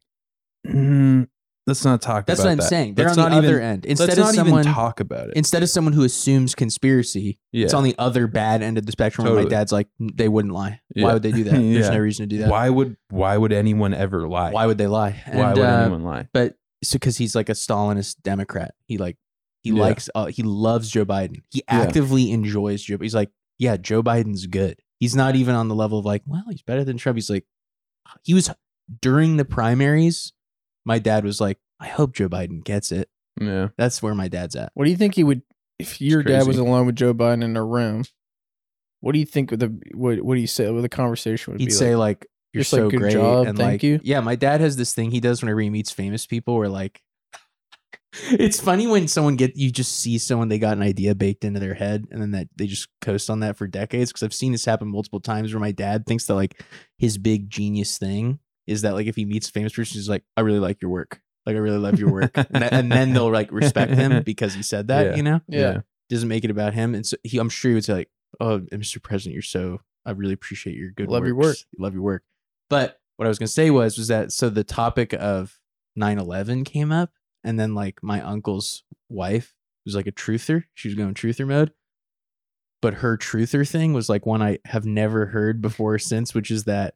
D: "Mm, let's not talk
A: That's
D: about
A: what I'm
D: that.
A: saying. They're
D: let's
A: on the
D: not
A: other
D: even,
A: end. Instead
D: let's
A: of
D: not
A: someone
D: even talk about it.
A: instead of someone who assumes conspiracy,
D: yeah.
A: it's on the other bad end of the spectrum where my
D: Totally.
A: dad's like they wouldn't lie. Why
D: Yeah.
A: would they do that? There's
D: [laughs] Yeah.
A: no reason to do that.
D: Why would why would anyone ever lie?
A: Why would they lie?
D: Why
A: And,
D: would
A: uh,
D: anyone lie?
A: but so because he's like a Stalinist Democrat, he like he
D: Yeah.
A: likes uh, he loves Joe Biden. He
D: Yeah.
A: actively enjoys Joe. He's like, yeah, Joe Biden's good. He's not even on the level of like, well, he's better than Trump. He's like, he was during the primaries. My dad was like, I hope Joe Biden gets it.
D: Yeah,
A: That's where my dad's at.
C: What do you think he would if your dad was
D: crazy.
C: alone with Joe Biden in a room? What do you think would the what what do you say what the conversation would
A: He'd
C: be
A: say
C: like?
A: like, you're
C: Just like,
A: so
C: "Good
A: great
C: job,
A: and
C: thank
A: like
C: you.
A: yeah. My dad has this thing he does whenever he meets famous people where like. [laughs] It's funny when someone get you just see someone they got an idea baked into their head and then that they just coast on that for decades because I've seen this happen multiple times where my dad thinks that like his big genius thing is that like if he meets a famous person he's like I really like your work like I really love your work and, that- and then they'll like respect
C: [laughs]
A: him because he said that
D: Yeah.
A: you know
C: Yeah.
A: doesn't make it about him and so he I'm sure he would say like oh Mr. President you're so I really appreciate your good
C: Love your
A: works. love your work but what I was gonna say was was that so the topic of 9-11 came up and then like my uncle's wife was like a truther. She was going truther mode. But her truther thing was like one I have never heard before or since, which is that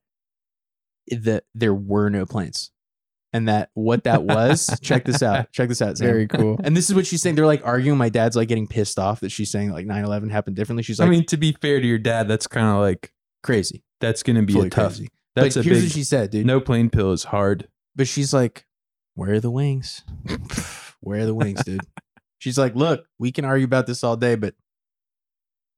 A: that there were no planes. And that what that was, check this out.
C: [laughs]
A: Check this out. Sam. [laughs]
C: Very cool.
A: and this is what she's saying. They're like arguing. My dad's like getting pissed off that she's saying like 9 11 happened differently. She's like
D: I mean, to be fair to your dad, that's kind of like
A: crazy.
D: that's going to be
A: fully
D: a tough.
A: crazy.
D: That's
A: but
D: a
A: here's
D: big.
A: what she said, dude.
D: no plane pill is hard.
A: But she's like, where are the wings? [laughs] where are the wings,
D: [laughs]
A: dude? She's like, look, we can argue about this all day, but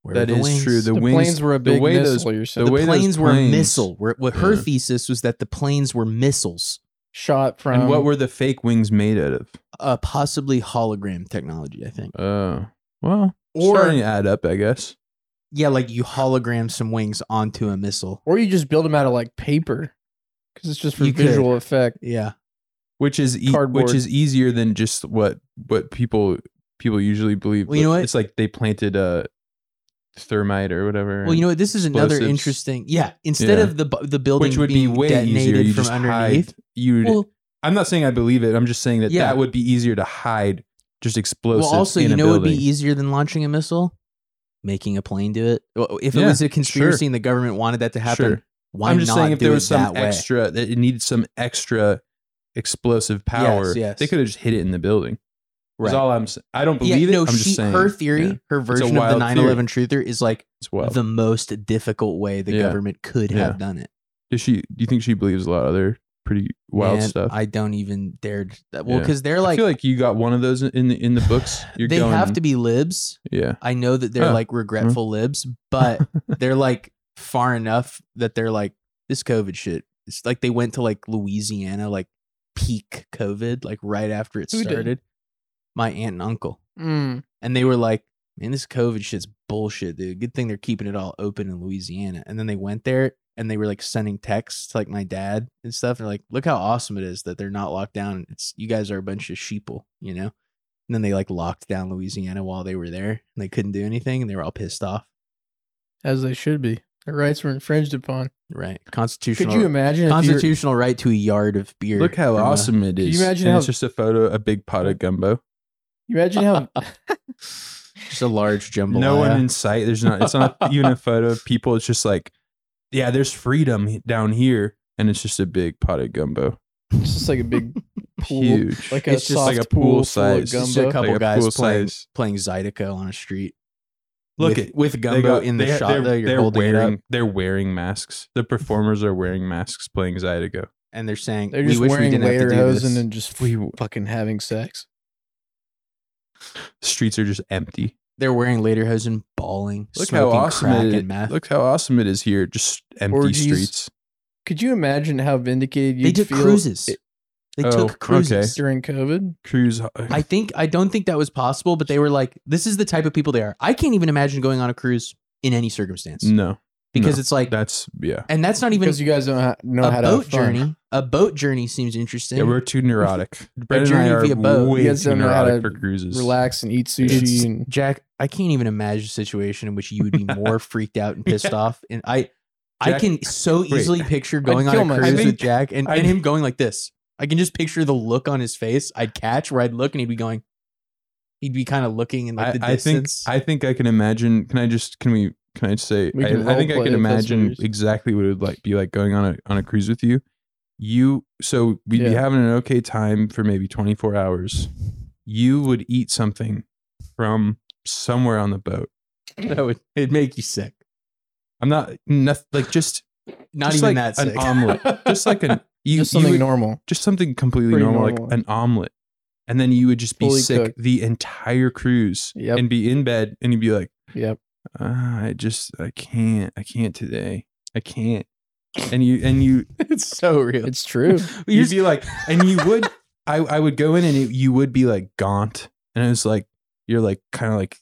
A: where are
D: That
A: the
D: is
A: wings?
D: true. The,
C: the
D: wings,
C: planes were a
D: the
C: big
D: way those-
C: missile. you're saying.
D: the
A: the
D: way those
A: planes were a
D: planes-
A: missile. Where, what her
D: Yeah.
A: thesis was that the planes were missiles,
C: shot from
D: and what were the fake wings made out of?
A: uh, possibly hologram technology, I think.
D: Oh, well,
A: Or-
D: starting to add up, I guess.
A: Yeah, like you hologram some wings onto a missile.
C: or you just build them out of like paper because it's just for
A: You could.
C: visual effect.
A: Yeah,
D: Which is e-
C: Cardboard.
D: which is easier than just what what people people usually believe.
A: Well, you know what?
D: It's like they planted uh, thermite or whatever.
A: Well, you know what? This is another
D: Explosives.
A: interesting. Yeah, instead
D: Yeah.
A: of the bu- the building
D: which would be
A: being
D: way
A: detonated
D: easier. You
A: from
D: just
A: underneath.
D: hide. You.
A: Well,
D: I'm not saying I believe it. I'm just saying that
A: Yeah.
D: that would be easier to hide. Just explosive.
A: well, also,
D: in
A: you
D: a
A: know, it would be
D: building.
A: easier than launching a missile, making a plane do it. Well, If it
D: Yeah,
A: was a conspiracy
D: sure.
A: and the government wanted that to happen,
D: Sure.
A: why
D: I'm just
A: not
D: saying if
A: do
D: there
A: it
D: was some
A: that way?
D: extra that it needed some extra explosive power,
A: Yes, yes.
D: they could have just hit it in the building. That's
A: Right.
D: all I'm saying. I don't
A: Yeah,
D: believe it.
A: no,
D: I'm
A: she,
D: just saying
A: her theory,
D: yeah,
A: her version of the
D: wild
A: 9/11 truther is like
D: it's wild.
A: the most difficult way the
D: Yeah.
A: government could have
D: Yeah.
A: done it.
D: Does she do you think she believes a lot of other pretty wild
A: Man,
D: stuff? I,
A: I don't even dare. That, well,
D: Yeah.
A: because they're like,
D: feel like you got one of those in the in the
A: [laughs]
D: books. You're
A: they
D: going,
A: have to be libs.
D: Yeah.
A: I know that they're
D: Huh.
A: like regretful libs, but they're like far enough that they're like this COVID shit. It's like they went to like Louisiana, like peak COVID, like right after it
C: Who did?
A: started. My aunt and uncle,
C: Mm.
A: and they were like, "Man, this COVID shit's bullshit, dude. Good thing they're keeping it all open in Louisiana." And then they went there and they were like sending texts to like my dad and stuff. And like, look how awesome it is that they're not locked down. It's you guys are a bunch of sheeple, you know. And then they like locked down Louisiana while they were there, and they couldn't do anything, and they were all pissed off.
B: as they should be. Their rights were infringed upon.
A: Right.
C: Could
A: Constitutional.
C: you imagine? If you're,
A: constitutional right to a yard of beer.
D: [laughs] Look how
A: from a-
D: awesome it
C: you
D: is.
C: imagine
D: and
C: how-
D: it's just a photo, a big pot of gumbo.
C: imagine how [laughs]
A: Just a large jumbo.
D: No one in sight. There's not.
A: [laughs]
D: It's not even a photo of people. It's just like, yeah, there's freedom down here, and it's just a big pot of gumbo,
C: it's just like a big pool,
D: huge,
C: like a
A: It's just
C: soft
D: like a
C: pool,
D: pool
C: full of
D: size.
A: It's just
C: gumbo.
A: a couple
D: Like a
A: guys
D: pool
A: playing,
D: size.
A: playing Zydeco on a street.
D: Look
A: with,
D: at-
A: with gumbo in the
D: they-
A: shot though. You're holding it
D: wearing
A: up,
D: they're wearing masks. The performers are wearing masks playing Zydeco.
A: and they're saying,
B: They're
A: "We
B: just
A: wish we
B: wearing
A: didn't have to do this."
B: lederhosen and just fucking having sex.
D: Streets are just empty.
A: they're wearing lederhosen, bawling,
D: Look how
A: smoking
D: awesome
A: crack
D: it is.
A: and meth.
D: Look how awesome it is here. Just empty
C: Orgies.
D: streets.
C: Could you imagine how vindicated
A: they
C: you'd
A: did
C: feel
A: cruises.
C: i-
A: They
D: Oh, okay.
A: took cruises.
B: During COVID,
D: Cruise.
C: [laughs]
A: I think I don't think that was possible, but they were like, "This is the type of people they are." I can't even imagine going on a cruise in any circumstance
D: no,
A: because
D: Mm, no.
A: it's like,
D: that's yeah.
A: and that's not even
C: because you guys don't ha- know how
A: a
C: to have
A: boat
C: fun.
A: journey. A boat journey seems interesting.
D: Yeah, we're
C: [laughs]
D: too neurotic. Brett and I
A: journey
D: are
A: via boat.
D: way
C: You guys
D: too
C: don't know how
D: neurotic
C: to
D: for cruises.
C: Relax and eat sushi
A: It's-
C: and
A: Jack, I can't even imagine a situation in which you would be
D: [laughs]
A: more freaked out and pissed
D: Yeah.
A: off. And I, I
D: Jack-
A: can so
D: wait.
A: easily picture going on
C: kill
A: a
C: myself.
A: cruise
D: I
A: with
D: think-
A: Jack and,
D: I-
A: and him going like this. I can just picture the look on his face. I'd catch where I'd look and he'd be going. He'd be kind of looking in like the
D: I, I think
A: distance.
D: I think I can imagine. Can I just can we can I just say
C: We
D: I,
C: can
D: I think I
C: roleplay
D: can
C: if that's what
D: imagine
C: it is.
D: exactly what it would like be like going on a on a cruise with you. You so we'd be
C: Yeah.
D: having an okay time for maybe twenty four hours. You would eat something from somewhere on the boat.
A: [laughs] that would it'd make you sick.
D: I'm not nothing like just
A: Not
D: just
A: even that
D: like
A: sick.
D: an omelet, just like an you,
C: just
D: you
C: something
D: would-
C: normal.
D: just something completely
C: Pretty
D: normal,
C: normal.
D: like an omelet. And then you would just be
C: Fully
D: sick
C: cooked.
D: the entire cruise
C: Yep.
D: and be in bed and you'd be like,
C: Yep.
D: "Ah, I just, I can't, I can't today. I can't. And you,
C: [laughs]
D: and you,
A: [laughs] it's so real.
C: It's
A: [laughs]
C: true.
A: You're
D: you'd be like, and you would, I, I would go in and it, you would be like gaunt. And it was like, you're like, kind of like,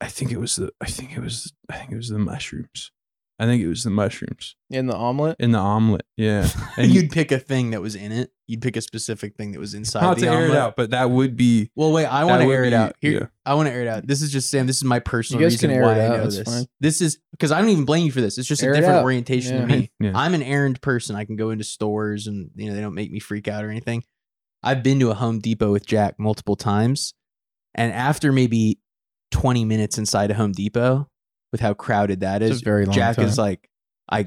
D: I think it was the, I think it was, I think it was the mushrooms. I think it was the mushrooms
C: In the omelet,
D: in the omelet.
C: [laughs]
D: Yeah.
A: and you'd pick a thing that was in it. You'd pick a specific thing that was inside
D: not
A: the
D: to air
A: omelet.
D: it out, but that would be,
A: Well, wait, I
D: That
A: want to
D: would
A: air it
D: be-
A: out. Here,
D: yeah.
A: I want to air it out. This is just Sam. This is my personal
C: guys
A: reason
C: can air
A: why
C: it
A: I
C: out,
A: know
C: that's
A: this.
C: fine.
A: This is because I don't even blame you for this. It's just
C: Air
A: a
C: it
A: different
C: out.
A: orientation
C: [laughs] Yeah.
A: to me.
D: [laughs] yeah.
A: I'm an errand person. I can go into stores and you know they don't make me freak out or anything. I've been to a Home Depot with Jack multiple times, and after maybe 20 minutes inside a Home Depot, with how crowded that
C: It's a
A: is,
C: very long
A: Jack
C: time.
A: is like, I.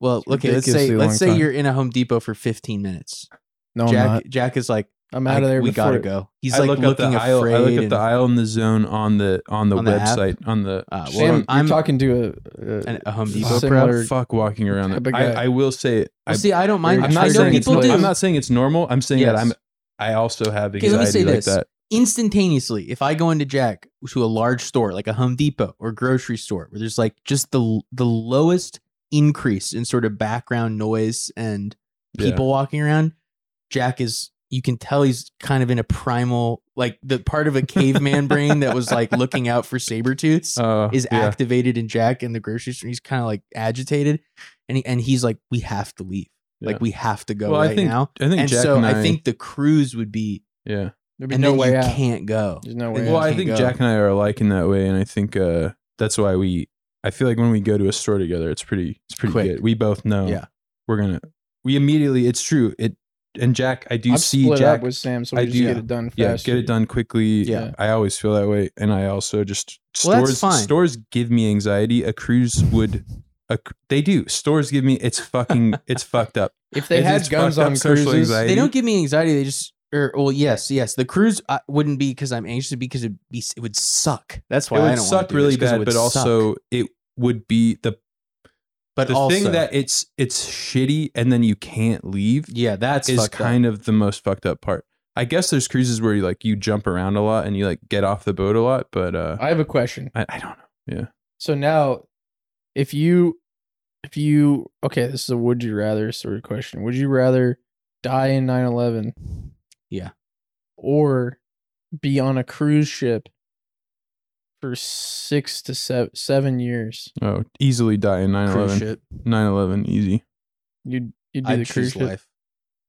A: Well, okay. Let's
C: ridiculously
A: say
C: long
A: let's say
C: time.
A: you're in a Home Depot for 15 minutes.
C: no, I'm not.
A: Jack Jack is like,
C: I'm out of
A: I-
C: there.
A: We
C: before
A: gotta
C: it-
A: go. He's
D: I
A: like
D: look up the
A: looking afraid.
D: aisle. I look at
A: and-
D: the aisle in the zone on the on the
A: On the app?
D: website on the.
A: Uh, well,
C: Sam,
A: I'm
C: I'm talking to a, a
A: an- a Home
C: Fuck.
A: Depot pro.
C: Similar-
A: Well,
D: Fuck, walking around.
C: type of
D: it.
C: guy.
D: I, I will say it. I,
A: see, I don't mind.
C: I'm
A: i
C: not
A: know
D: saying it's
A: people
D: nor-
A: do.
D: I'm not saying it's normal. I'm saying that
A: Yes.
D: I'm. I also have
A: Okay, let me
D: anxiety
A: say
D: like
A: this.
D: that.
A: instantaneously. If I go into Jack to a large store like a Home Depot or grocery store, where there's like just the the lowest increase in sort of background noise and
D: Yeah.
A: people walking around, Jack is. You can tell he's kind of in a primal, like the part of a caveman brain that was like looking out for saber tooths.
D: Uh,
A: is
D: yeah.
A: activated in Jack in the grocery store. He's kind of like agitated, and he, and he's like, "We have to leave.
D: Yeah.
A: Like we have to go
D: Well,
A: right
D: I think
A: now."
D: I think
A: And
D: Jack
A: so
D: and
A: I,
D: I,
A: think the cruise would be,
D: yeah.
C: There'd be
A: and
C: no
A: then
C: way
A: you
C: out.
A: can't go.
C: There's no way.
A: Then
C: out.
D: Well, I
A: can't
D: think
A: go.
D: Jack and I are alike in that way, and I think uh, that's why we. I feel like when we go to a store together, it's pretty. It's pretty
A: Quick.
D: good. We both know.
A: Yeah.
D: We're gonna. We immediately. It's true. It and Jack. I do
C: I've
D: see
C: split
D: Jack
C: up with Sam, so
D: I
C: we just
D: do-
C: get it done fast.
D: yeah get it done quickly
A: Yeah.
D: i always feel that way and i also just
A: Well, that's
D: stores
A: fine.
D: stores give me anxiety a cruise would a, cr- they do stores give me it's fucking it's fucked up
C: If they
D: It's-
C: had
D: it's
C: guns
D: fucked up
C: on
D: social
C: cruises,
D: anxiety.
A: They don't give me anxiety. They just, or well, yes, yes. The cruise uh, wouldn't be because I'm anxious. it'd be because it be it would suck. That's why
D: it
A: I
D: would
A: don't wanna
D: suck
A: do
D: really
A: this, 'cause it
D: bad
A: would
D: but
A: suck.
D: also it would be the
A: but
D: the
A: also,
D: thing that it's it's shitty and then you can't leave
A: yeah, that's
D: is
A: fucked up.
D: kind of the most fucked up part i guess there's cruises where you like you jump around a lot and you like get off the boat a lot but uh
C: I have a question.
D: i, I don't know
C: So now, if you, if you, okay, this is a would you rather sort of question. Would you rather die in 9 11?
A: Yeah.
C: Or be on a cruise ship for six to seven, seven years?
D: oh easily die in
A: cruise
D: 9-11
A: ship.
D: 9-11 easy
C: You'd, you'd do
A: I'd
C: the
A: choose
C: cruise ship.
A: life.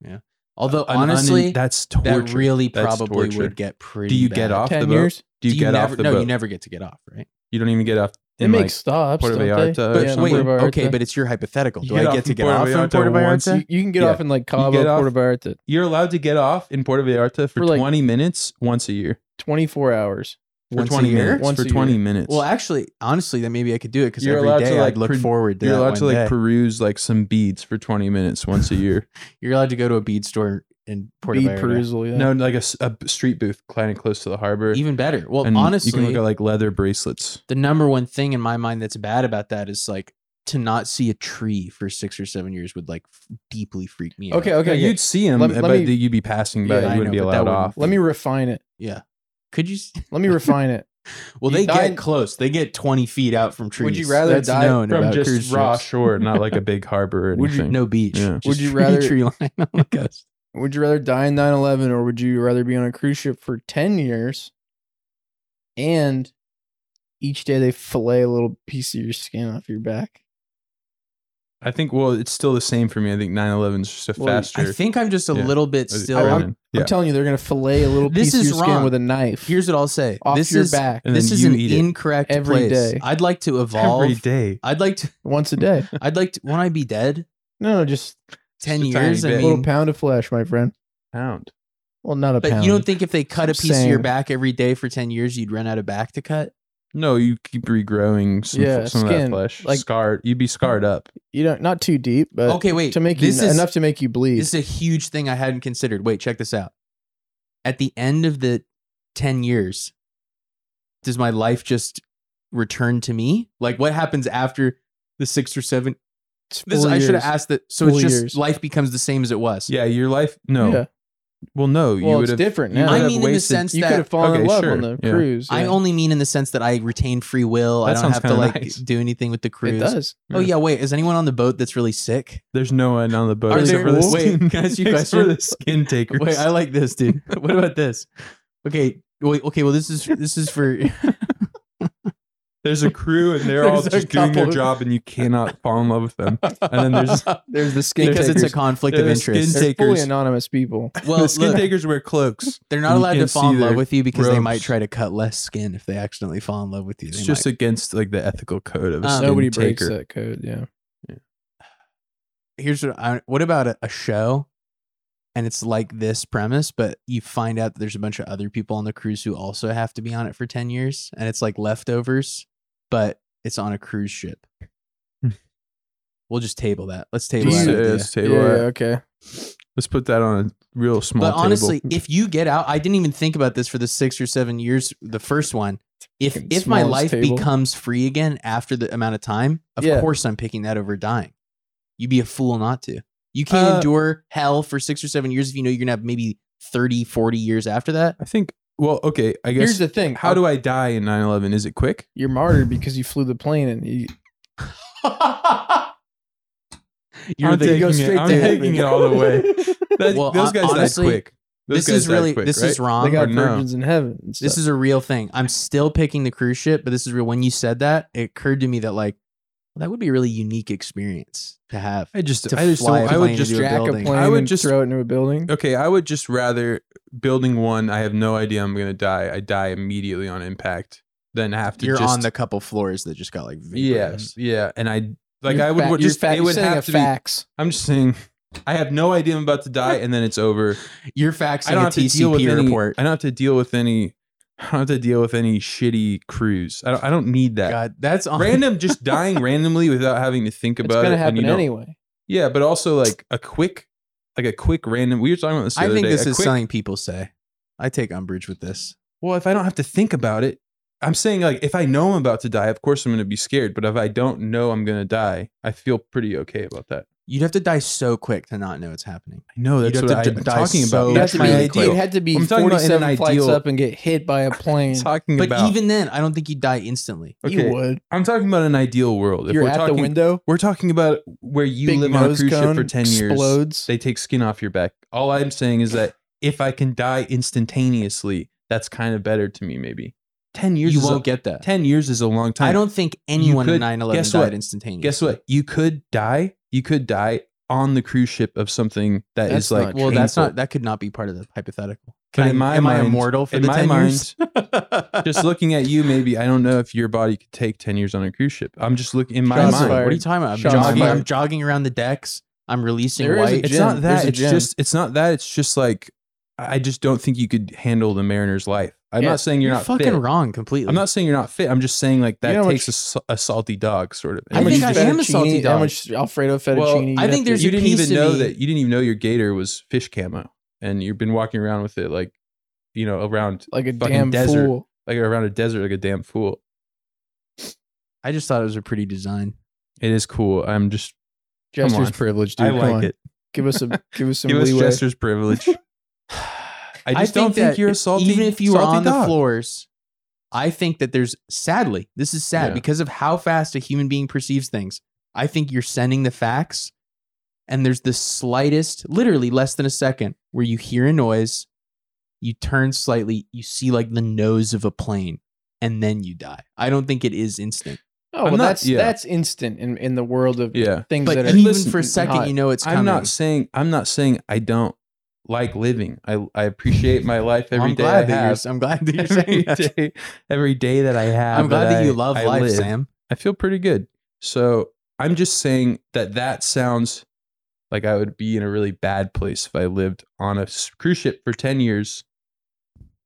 A: Yeah. Although
D: An unin-
A: honestly, that,
D: that's torture.
A: really
D: That's
A: probably
D: torture.
A: would get pretty.
D: do you get
A: bad.
D: off the
C: 10
D: boat?
C: years?
D: Do you, get
A: never,
D: off the
A: no,
D: boat?
A: you never get to get off, right?
D: You don't even get off
B: It
D: in, like,
B: makes stops.
D: Puerto
B: don't
D: Vallarta
B: they?
D: or
A: But
D: Yeah,
A: wait,
C: Puerto Vallarta.
A: okay, but it's your hypothetical.
D: You
A: Do
D: get
A: I
D: off
A: get to
D: from
A: get
D: Puerto
A: off from
D: Vallarta
A: Puerto
D: once,
A: Vallarta?
C: You, you can get
D: Yeah.
C: off in like
D: You
C: Cabo,
D: get off-
C: Puerto Vallarta,
D: You're allowed to get off in Puerto Vallarta for,
C: For, like-
D: 20 minutes once a year.
C: 24 hours.
D: For
A: Once a
D: 20
A: year?
D: minutes.
C: Once
D: for
C: a
D: 20
C: year.
D: minutes.
A: Well, actually, honestly, then maybe I could do it because
D: You're
A: every
D: allowed to,
A: day
D: like,
A: I'd look
D: pre-
A: forward to
D: you're
A: that
D: allowed
A: one
D: to like
A: day.
D: peruse like some beads for 20 minutes once a year.
A: You're allowed to go to a bead store in Puerto
C: Bead
A: Vallarta.
C: perusal. Yeah.
D: No, like a, s- a b- street booth kind of close to the harbor.
A: Even better. Well,
D: and
A: honestly,
D: you can look at like leather bracelets.
A: the number one thing in my mind that's bad about that is like to not see a tree for six or seven years would like f- deeply freak me out.
C: Okay, okay.
D: Yeah,
C: okay.
D: you'd see them,
C: Let me- let
D: but
C: me-
D: the- you'd be passing
A: Yeah,
D: by.
A: I
D: you wouldn't
A: know,
D: be
A: but that
D: allowed
A: wouldn't-
D: off.
C: Let me refine it.
A: Yeah. Could you? s-
C: Let
D: [laughs]
C: me refine it.
A: Well,
C: You
A: they
C: died-
A: get close. They get twenty feet out from trees.
C: Would you rather
A: That's
C: die
A: known
D: from
A: about cruise
D: just raw
A: ships.
D: shore, not [laughs] like a big harbor or anything.
A: Would you no beach?
D: Yeah.
A: just
C: Would you
A: tree-
C: [laughs] rather-
A: tree line on the coast?
C: Would you rather die in 9 11 or would you rather be on a cruise ship for 10 years and each day they fillet a little piece of your skin off your back?
D: I think, well, it's still the same for me. I think 9 11 is just a
C: Well, I
A: [laughs]
D: faster.
A: I think I'm just a
D: Yeah.
A: little bit
D: I- I
A: still.
D: reckon. yeah.
C: I'm telling you, they're going to fillet a
A: [laughs]
C: little
A: This
C: piece of
A: is
C: your skin
A: wrong.
C: with a knife
A: Here's what I'll say.
C: off
A: this
C: your
A: is
C: back
D: [laughs] And
A: this
D: then
A: is
D: you
A: an
D: eat it.
A: incorrect
C: Every
A: place.
C: day.
A: I'd like to evolve.
D: [laughs] every day.
A: I'd like to.
C: once a day.
A: I'd like to. When I be dead,
C: No, no, just
A: ten
D: Just a tiny
A: years. I
D: bit.
C: a
A: mean,
C: little pound of flesh, my friend.
D: Pound.
C: Well, not a
A: But
C: pound.
A: you don't think if they cut a
C: I'm
A: piece of your
C: saying-
A: back every day for 10 years, you'd run out of back to cut?
D: No, you keep regrowing some,
C: Yeah,
D: some of that
C: skin,
D: flesh.
C: like-
D: scarred. You'd be scarred up.
C: you don't not too deep, but
A: okay, wait.
C: to make
A: this
C: you
A: is,
C: enough to make you bleed.
A: This is a huge thing I hadn't considered. Wait, check this out. At the end of the 10 years, does my life just return to me? Like, what happens after the six or seven?
C: It's
A: This
C: four
A: I should
C: years.
A: have asked that. So
C: Full
A: it's just
C: years.
A: life becomes the same as it was.
D: Yeah, your life. No.
C: Yeah.
D: Well, no. you
C: Well,
D: would
C: it's
D: have.
C: different
D: you
C: now.
D: would
A: I
D: have
A: mean, in the
D: wasted-
A: sense
C: you
A: that
C: could have fallen in
D: okay,
C: love
D: sure,
C: on the
D: yeah.
C: cruise.
A: I
C: yeah.
A: only mean in the sense that I retain free will.
D: That
A: I don't
D: sounds
A: have to
D: kinda
A: like
D: nice.
A: do anything with the
C: it
A: cruise.
C: does.
A: Oh yeah, wait. Is anyone on the boat that's really sick?
D: There's no one on the boat
A: Are
D: except
A: there-
D: for the
A: [laughs] wait,
D: skin.
A: can I ask you a
D: except for
A: question?
D: the skin takers.
A: Wait, I like this, [laughs] dude. what about this? Okay, wait. Okay, well, this is this is for.
D: there's a crew and they're all
A: There's a
D: just doing their
A: couple.
D: job, and you cannot fall in love with them. And then there's
C: There's the skin
A: because it's a
C: takers.
A: conflict
D: They're
A: of
D: the
A: interest.
D: skin
C: They're fully
D: takers.
C: anonymous people.
A: [laughs] well,
D: the skin
A: look,
D: takers wear cloaks.
A: they're
D: and
A: not
D: you
A: allowed to
D: can't
A: fall
D: see
A: in love
D: their
A: with you because they might
D: robes.
A: try to cut less skin if they accidentally fall in love with you.
D: It's
A: They
D: just
A: might.
D: against like the ethical code of a
A: Um,
D: skin
C: Nobody breaks
D: taker.
C: that code. Yeah.
A: here's what. I, what about a, a show? And it's like this premise, but you find out that there's a bunch of other people on the cruise who also have to be on it for ten years, and it's like leftovers, but it's on a cruise ship. Hmm. we'll just table that. Let's table
C: Do
A: that.
C: you-
A: idea.
D: Let's
C: Yeah.
D: table that.
C: okay.
D: Let's put that on a real small.
A: But honestly,
D: table.
A: if you get out, I didn't even think about this for the six or seven years. The first one, if
C: Fucking
A: if my
C: smallest
A: life
C: table.
A: becomes free again after the amount of time, of
C: Yeah.
A: course I'm picking that over dying. You'd be a fool not to. You can't
D: Uh,
A: endure hell for six or seven years if you know you're gonna have maybe 30, 40 years after
D: [laughs]
A: that.
D: I think. Well, okay. I
C: Here's
D: guess.
C: the thing.
D: How do I die in 9/11? Is it
A: [laughs]
D: quick?
C: You're martyred because you flew the plane and you,
A: You're
D: I'm
A: the,
D: taking
A: go
D: it-
A: straight
D: I'm
A: to heaven.
D: taking it all the way. That-
A: Well,
D: those
A: hon-
D: guys
A: honestly,
D: died quick. Those
A: this is
D: guys died
A: really
D: quick,
A: this is
D: right?
A: wrong.
C: they got
D: or no.
C: virgins in heaven. and
A: This
C: stuff.
A: is a real thing. I'm still picking the cruise ship, but this is real. When you said that, it occurred to me that like well, that would be a really unique experience to have.
D: I just.
A: To
D: I just.
A: fly
D: Don't,
A: a
D: I would
A: plane
D: just.
A: into a
C: jack a
A: building.
C: plane
D: I would
C: and
D: just-
C: throw it into a building.
D: Okay, I would just rather building one. I have no idea I'm gonna die. I die immediately on impact. Than have to
A: You're
D: just
A: on the couple floors that just got like
D: yeah
A: vaporized.
D: yeah. And I like
C: You're
D: I would,
C: fa-
D: would
C: you're
D: just
C: fa-
D: it
C: you're
D: would
C: saying
D: have
C: a
D: to be.
C: fax.
D: I'm just saying. [laughs] I have no idea I'm about to die, and then
C: [laughs]
D: it's over.
A: You're faxing
D: I don't
A: a
D: have to deal with
A: TCP
D: any.
A: report.
D: I don't have to deal with any. [laughs] I don't have to deal with any shitty cruise. I don't. I don't need that.
A: God, that's on. [laughs]
C: [laughs]
D: Random, just dying randomly without having to think
C: It's
D: about
C: gonna
D: it. and you
C: happen
D: don't-
C: anyway.
D: Yeah, but also like a quick, like a quick random. We were talking about this. The
A: I
D: other
A: think
D: day.
A: this
D: A
A: is
D: quick-
A: something people say. I take umbrage with this.
D: Well, if I don't have to think about it, I'm saying like if I know I'm about to die, of course I'm going to be scared. But if I don't know I'm going to die, I feel pretty okay about that.
A: You'd have to die so quick to not know it's happening.
D: I know
A: You'd
D: that's
A: have
D: what
A: to
D: I'm
A: d- die
D: talking
A: so
D: about.
A: That's
C: That's
A: That's
C: my
A: my really
C: idea.
A: ideal.
C: It had to be
D: I'm talking about in an
C: 47 flights
D: ideal-
C: up and get hit by a plane.
D: Talking
A: But
D: about.
A: even then, I don't think you'd die instantly.
D: okay,
C: You would.
D: I'm talking about an ideal world. If
C: You're
D: we're
C: at
D: talking,
C: the window.
D: We're talking about where you
C: big
D: live on a
C: nose
D: cruise ship
C: cone
D: for ten years.
C: explodes.
D: They take skin off your back. All I'm saying is that if I can die instantaneously, that's kind of better to me. Maybe ten years.
A: You
D: is a-
A: won't get that.
D: ten years is a long time.
A: I don't think anyone in
D: could-
A: 9 11
D: guess
A: died
D: what?
A: instantaneously.
D: Guess what? You could die. You could die on the cruise ship of something that
C: That's
D: is like.
C: not
A: Well, that's
D: painful.
A: not, that could not be part of the hypothetical. Can I,
D: in my
A: am I
D: mind-
A: immortal for
D: in
A: the
D: my
A: 10
C: [laughs]
D: mind,
A: [laughs] years?
D: just looking at you, maybe I don't know if your body could take ten years on a cruise ship. I'm just looking in my
C: Shots
D: mind.
C: fired.
A: What are you talking about? I'm
C: Shots
A: jogging,
C: fired.
A: I'm jogging around the decks. I'm releasing
C: There is a
A: white.
D: It's
C: gym.
D: not
C: There's
D: that.
C: a
D: It's
C: gym.
D: just. It's not that. It's just like I just don't think you could handle the Mariner's life. I'm
C: Yeah,
D: not saying you're,
A: You're
D: not
A: fucking
D: fit.
A: wrong completely.
D: I'm not saying you're not fit. I'm just saying like that
C: You know how
D: takes a s- a, salty dog sort of.
A: I
D: How much
A: think I am a
C: fettuccine-
A: salty
C: How
A: dog.
C: much Alfredo fettuccine?
D: Well,
C: you'd
A: I
C: have
A: think
C: to
A: there's
C: eat?
D: you
A: a
D: didn't
A: piece
D: even
A: of
D: know
A: me-
D: that you didn't even know your gator was fish camo, and you've been walking around with it like, you know, around
C: like a
D: fucking
C: damn
D: desert.
C: fool.
D: like around a desert like a damn fool.
A: I just thought it was a pretty design.
D: It is cool. I'm just Come
C: Jester's
D: on.
C: privilege, dude.
D: I
C: Come
D: like
C: on.
D: it.
C: Give us a
A: [laughs]
C: give us some
D: Give us
C: leeway.
D: [laughs] Jester's privilege. I just don't think
A: that
D: you're a salty.
A: Even if you were
D: salty
A: on the
D: dog.
A: floors, I think that there's sadly, this is sad
D: Yeah.
A: because of how fast a human being perceives things. I think you're sending the facts, and there's the slightest, literally less than a second, where you hear a noise, you turn slightly, you see like the nose of a plane, and then you die. I don't think it is instant.
C: Oh,
D: I'm
C: well,
D: not-
C: that's
D: yeah.
C: that's instant in, in the world of
D: Yeah,
C: things
A: But
C: that
A: even
C: are
D: listen,
A: for a second,
C: not-
A: you know it's coming.
D: I'm not saying I'm not saying I don't like living. I I appreciate my life every
A: I'm
D: day.
A: glad
D: I
A: that you're-
D: have.
A: I'm glad
D: [laughs]
A: that you're
D: Every
A: saying that.
D: day, every day that I have.
A: I'm glad that you
D: I-
A: love
D: I
A: life,
D: live.
A: Sam.
D: I feel pretty good. So I'm just saying that that sounds like I would be in a really bad place if I lived on a s- cruise ship for 10 years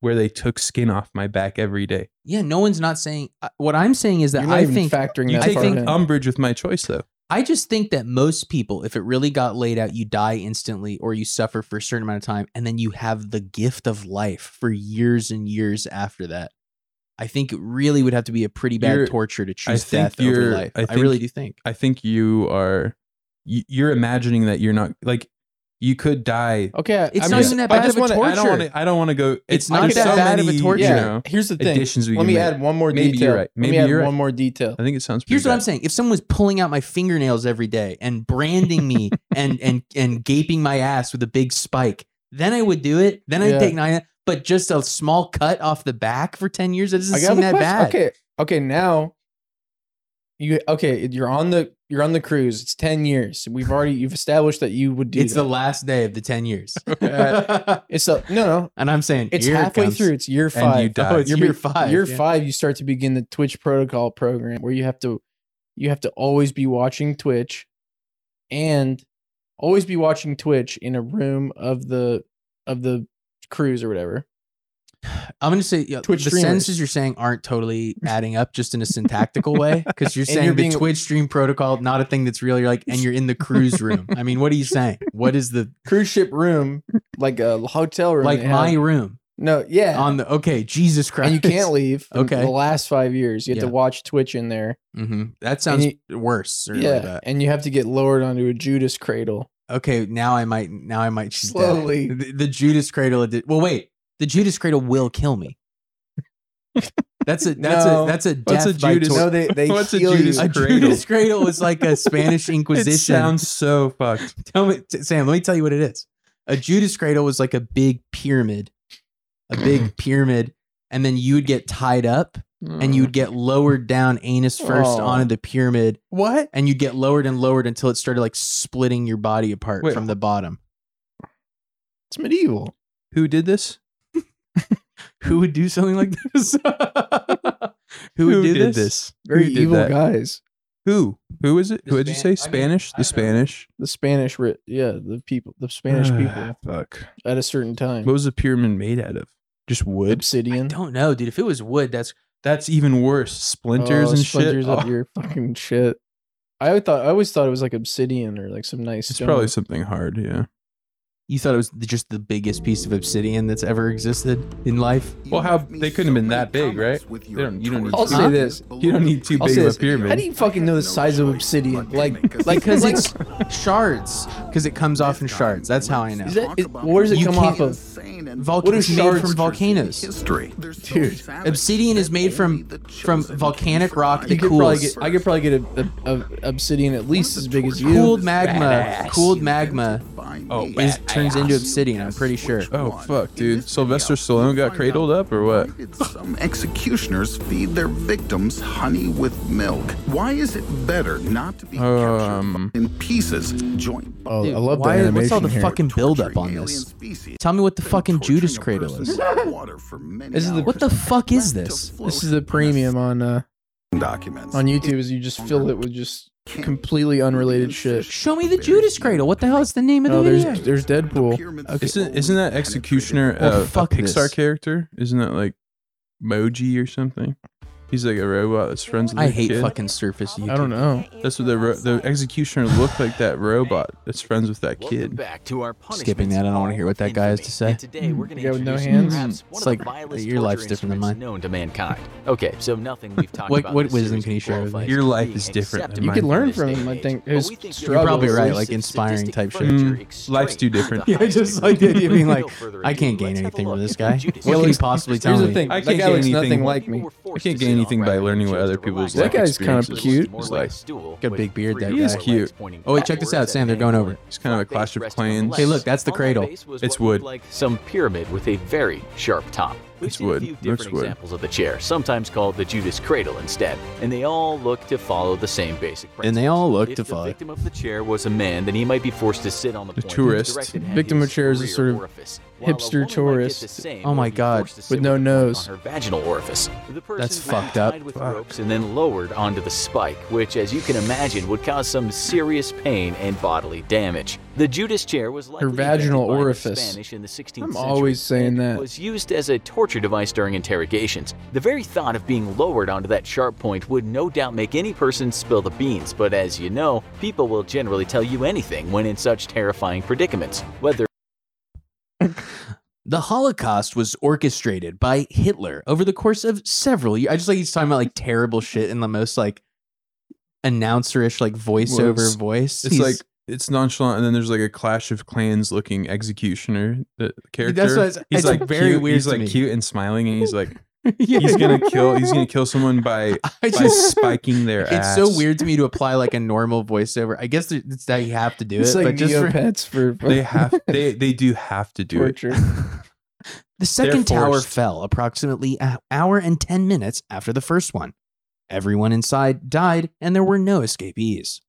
D: where they took skin off my back every day.
A: Yeah, no one's not saying. uh, What I'm saying is that
C: You're not
A: I
C: even
A: think
C: factoring
D: You
C: that
D: take
C: part in.
A: um,
D: umbrage with my choice, though.
A: I just think that most people, if it really got laid out, you die instantly or you suffer for a certain amount of time, and then you have the gift of life for years and years after that. I think it really would have to be a pretty bad
D: You're-
A: torture to choose
D: think
A: death over
D: you're-
A: life.
D: I
A: I,
D: think-
A: really do think.
D: I think you are, y- you're imagining that you're not, like, you could die.
C: Okay,
A: It's
C: I'm
A: not
C: just-
A: even that
C: I
A: bad
C: just
A: of a
C: wanna-
A: torture.
D: I don't want to, I don't want to go.
A: It's
D: there's
A: not that
D: so
A: bad of a
D: many,
A: torture.
D: You
C: Yeah.
D: know,
C: Here's the thing.
D: additions we
C: Let
D: can
C: me
D: make.
C: add one more
D: Maybe
C: detail.
D: you're right. Maybe
C: Let me
D: you're
C: add
D: right.
C: one more detail.
D: I think it sounds pretty
A: Here's what I'm
D: bad.
A: saying: if someone's pulling out my fingernails every day and branding
C: [laughs]
A: me and and and gaping my ass with a big spike, then I would do it. Then I'd
C: Yeah.
A: take nine. But just a small cut off the back for ten years, that doesn't
C: I got
A: seem
C: a
A: that
C: question.
A: bad.
C: Okay, okay. Now you okay? You're on the you're on the cruise. It's ten years. We've already you've established that you would do.
A: it's
C: that.
A: the last day of the 10 years.
C: [laughs]
A: [laughs]
C: It's a, no, no.
A: and I'm saying
C: It's
A: here it
C: halfway
A: comes.
C: through. It's year
D: you
C: five.
D: die. Oh, it's
A: year five,
C: Year
A: yeah.
C: five. You start to begin the Twitch protocol program where you have to you have to always be watching Twitch, and always be watching Twitch in a room of the of the cruise or whatever.
A: I'm going to say yeah,
C: Twitch
A: the
C: streamers.
A: sentences you're saying aren't totally adding up just in a syntactical way because you're
C: [laughs] And
A: saying
C: you're
A: the
C: being-
A: Twitch stream protocol, not a thing that's real. You're like, and you're in the cruise room. I mean, what are you saying? What is
C: [laughs]
A: the,
C: Cruise ship room, like a hotel room.
A: like
C: they have.
A: my room
C: no, yeah.
A: on the, okay, Jesus Christ.
C: and you can't leave. for
A: Okay.
C: The last five years, you have
A: Yeah.
C: to watch Twitch in there.
A: hmm That sounds
C: And
A: worse. Or
C: yeah,
A: like that.
C: and you have to get lowered onto a Judas cradle.
A: Okay. Now I might, now I might she's dead.
C: Slowly.
A: The, the Judas Cradle. edi- Well, wait. The Judas Cradle will kill me. That's a that's
C: No.
A: a that's a death
D: What's a
A: by
D: Judas-
A: tor-
C: No, they
A: [laughs]
C: they
D: What's a
C: heal you.
D: Judas
A: A
D: Cradle.
A: Judas Cradle was like
D: [laughs]
A: a Spanish Inquisition.
D: It sounds so fucked.
A: [laughs] Tell me, t- Sam. Let me tell you what it is. A Judas Cradle was like a big pyramid, a
D: [clears throat]
A: big pyramid, and then you would get tied up and you would get lowered down anus first
C: Aw.
A: onto the pyramid,
D: what?
A: and you'd get lowered and lowered until it started like splitting your body apart
D: Wait.
A: from the bottom.
C: It's [laughs] medieval.
D: Who did this?
A: Who would do something like this? [laughs] Who would do
D: did
A: this?
C: Very
D: Who did
C: evil
D: that?
C: guys.
D: Who? Who is it?
A: The
D: Who did you
A: Span- I
D: say?
A: mean,
D: Spanish?
A: I
D: the Spanish?
C: The Spanish, ri- yeah, the people,
A: [sighs]
C: the Spanish people
D: Ah, Fuck.
C: at a certain time.
D: What was the pyramid made out of? Just wood.
A: I
C: Obsidian
A: don't know, dude. If it was wood, that's
D: That's even worse. Splinters
C: Oh,
D: and
C: splinters
D: shit.
C: up
D: Oh,
C: your fucking shit. I thought I always thought it was like obsidian or like some nice.
D: it's
C: stone.
D: probably something hard. Yeah.
A: you thought it was just the biggest piece of obsidian that's ever existed in life.
D: Well, how they couldn't have been that big, right? They don't. You don't need.
C: I'll
D: two-
C: say this.
D: You don't need too
C: I'll
D: big
C: say
D: of
C: this.
D: a pyramid.
C: How do you fucking know the size of obsidian? Like, like
A: because
C: like-
A: [laughs] it's shards. Because it comes off in shards. That's how I know.
C: Is that, is, where does it
A: You
C: come off
A: can't-
C: of?
A: Volca-
C: are
A: it's made
C: shards?
A: from volcanoes.
G: History.
C: Dude,
A: Obsidian is made from from volcanic rock
C: You
A: that
C: could probably get.
A: cools.
C: I could probably get a, a, a obsidian at least as big as you.
A: Cooled magma, cooled magma
D: Oh,
A: It turns into obsidian. I'm pretty sure.
D: Oh fuck, dude! Sylvester Stallone got cradled up or what?
J: Some executioners feed their victims honey with milk. Why is it better not to be
D: Um,
J: in pieces? Joint.
C: Oh,
A: Dude, why- What's all the fucking buildup on this? Tell me what the fucking Judas cradle is.
C: This is the
A: What the fuck is this?
C: this is the premium on uh
J: documents
C: on YouTube. Is you just fill it with just completely unrelated shit.
A: Show me the Judas cradle. What the hell is the name of the
C: Oh,
A: video? [laughs]
C: there's there's Deadpool.
D: Isn't isn't that executioner
A: Well,
C: Oh,
D: uh, a
A: fuck
D: Pixar
A: this.
D: character? Isn't that like Moji or something? He's like a robot that's friends with
A: I
D: the
A: hate
D: kid.
A: fucking surface YouTube.
C: I don't know.
D: That's what the ro- the executioner looked like. That robot that's friends with that
L: Welcome
D: kid.
L: back to our
A: Skipping that. I don't want to hear what that guy has to say.
L: Today we're going
C: guy
L: to
C: with no
L: introduce
C: hands?
L: perhaps one
A: It's
L: of the
A: like,
L: vilest
A: your life's
L: torture
A: different than mine.
L: instruments known to mankind. Okay, so nothing we've
A: [laughs]
L: talked
A: What-
L: about. in
A: what
L: this
A: wisdom
L: series
A: can you share with
L: glorifies
A: me?
D: Your life
L: being
D: is different
L: accepted
D: than
C: You
D: mine.
C: could
L: in
C: learn
L: this
C: from
L: day
C: him.
L: and
C: I
L: age.
C: think
L: But
C: his
L: we think
A: You're probably
C: struggles.
A: right. Like
L: Sadistic
A: inspiring type
L: furniture,
A: shit.
D: Mm,
L: extreme,
D: life's too different.
A: [laughs]
L: the
A: Yeah,
L: highest
A: just like the idea of
L: [laughs] degree.
A: being like,
L: Without further
A: I
L: ado,
A: can't gain
L: let's have a
A: anything
L: look
A: from this
L: at
A: guy. What
L: Judas.
D: Well,
A: can he
D: he's-
A: possibly
L: here's
A: tell
C: Here's the
A: me?
C: thing.
D: I
C: that
D: can't
C: guy
D: get
C: looks nothing
D: anything-
C: like me.
D: I can't gain anything by learning what other people's
C: That
D: life
C: guy's kinda
D: experiences
C: cute.
D: was like.
A: Got a big beard, that
D: He is
A: guy.
D: cute.
A: Oh, wait, check this out, Sam. They're going over. it.
D: He's kind of a Clash of Clans.
A: Hey, look, that's the cradle.
D: It's wood.
L: Like some pyramid with a very sharp top. We've
D: It's
L: seen
D: wood.
L: a few
D: Looks
L: different
D: wood.
L: examples of the chair, sometimes called the Judas cradle instead, and they all look to follow the same basic principle.
A: And they all look
L: if
A: to
L: the
A: follow.
L: victim of the chair was a man, then he might be forced to sit on the, point
D: tourist.
L: directed at
C: Victim
L: his
C: of chair is a
L: rear
C: sort of
L: orifice, while a
C: hipster
L: woman might get
C: tourist.
L: the same
A: Oh
L: or
A: my
L: be
A: God.
L: forced to sit
C: With no
L: the point on
C: nose.
L: her vaginal orifice. The person
A: That's
L: would be
A: fucked up.
L: tied with ropes and then lowered onto the spike, which, as you can imagine, would cause some serious pain and bodily damage. The Judas chair was likely
C: vaginal
L: invented by the
C: orifice.
L: Spanish in the 16th
C: I'm
L: century
C: always saying
L: and
C: that.
L: was used as a torture device during interrogations. The very thought of being lowered onto that sharp point would no doubt make any person spill the beans, but as you know, people will generally tell you anything when in such terrifying predicaments, whether
A: The Holocaust was orchestrated by Hitler over the course of several years. I just like he's talking about like terrible shit in the most like announcerish like voiceover
D: it's-
A: voice.
D: It's
A: He's-
D: like it's nonchalant, and then there's like a Clash of Clans looking executioner the character.
A: what it's-
D: he's
A: it's
D: like
A: very
D: cute,
A: weird
D: He's
A: to
D: like
A: me.
D: cute and smiling, and he's like
A: [laughs] Yeah.
D: he's gonna kill.
A: [laughs]
D: He's gonna kill someone by
A: I
D: by
A: just [laughs]
D: spiking their
A: it's
D: ass.
A: so weird to me to apply like a normal voiceover. I guess there- it's that you have to do
C: It's
A: it,
C: like
A: but just for-
C: Neopets [laughs] for, for
A: [laughs]
D: They have they they do have to do it.
C: torture. [laughs]
A: The second tower
D: forced.
A: fell approximately an hour and 10 minutes after the first one. Everyone inside died, and there were no escapees.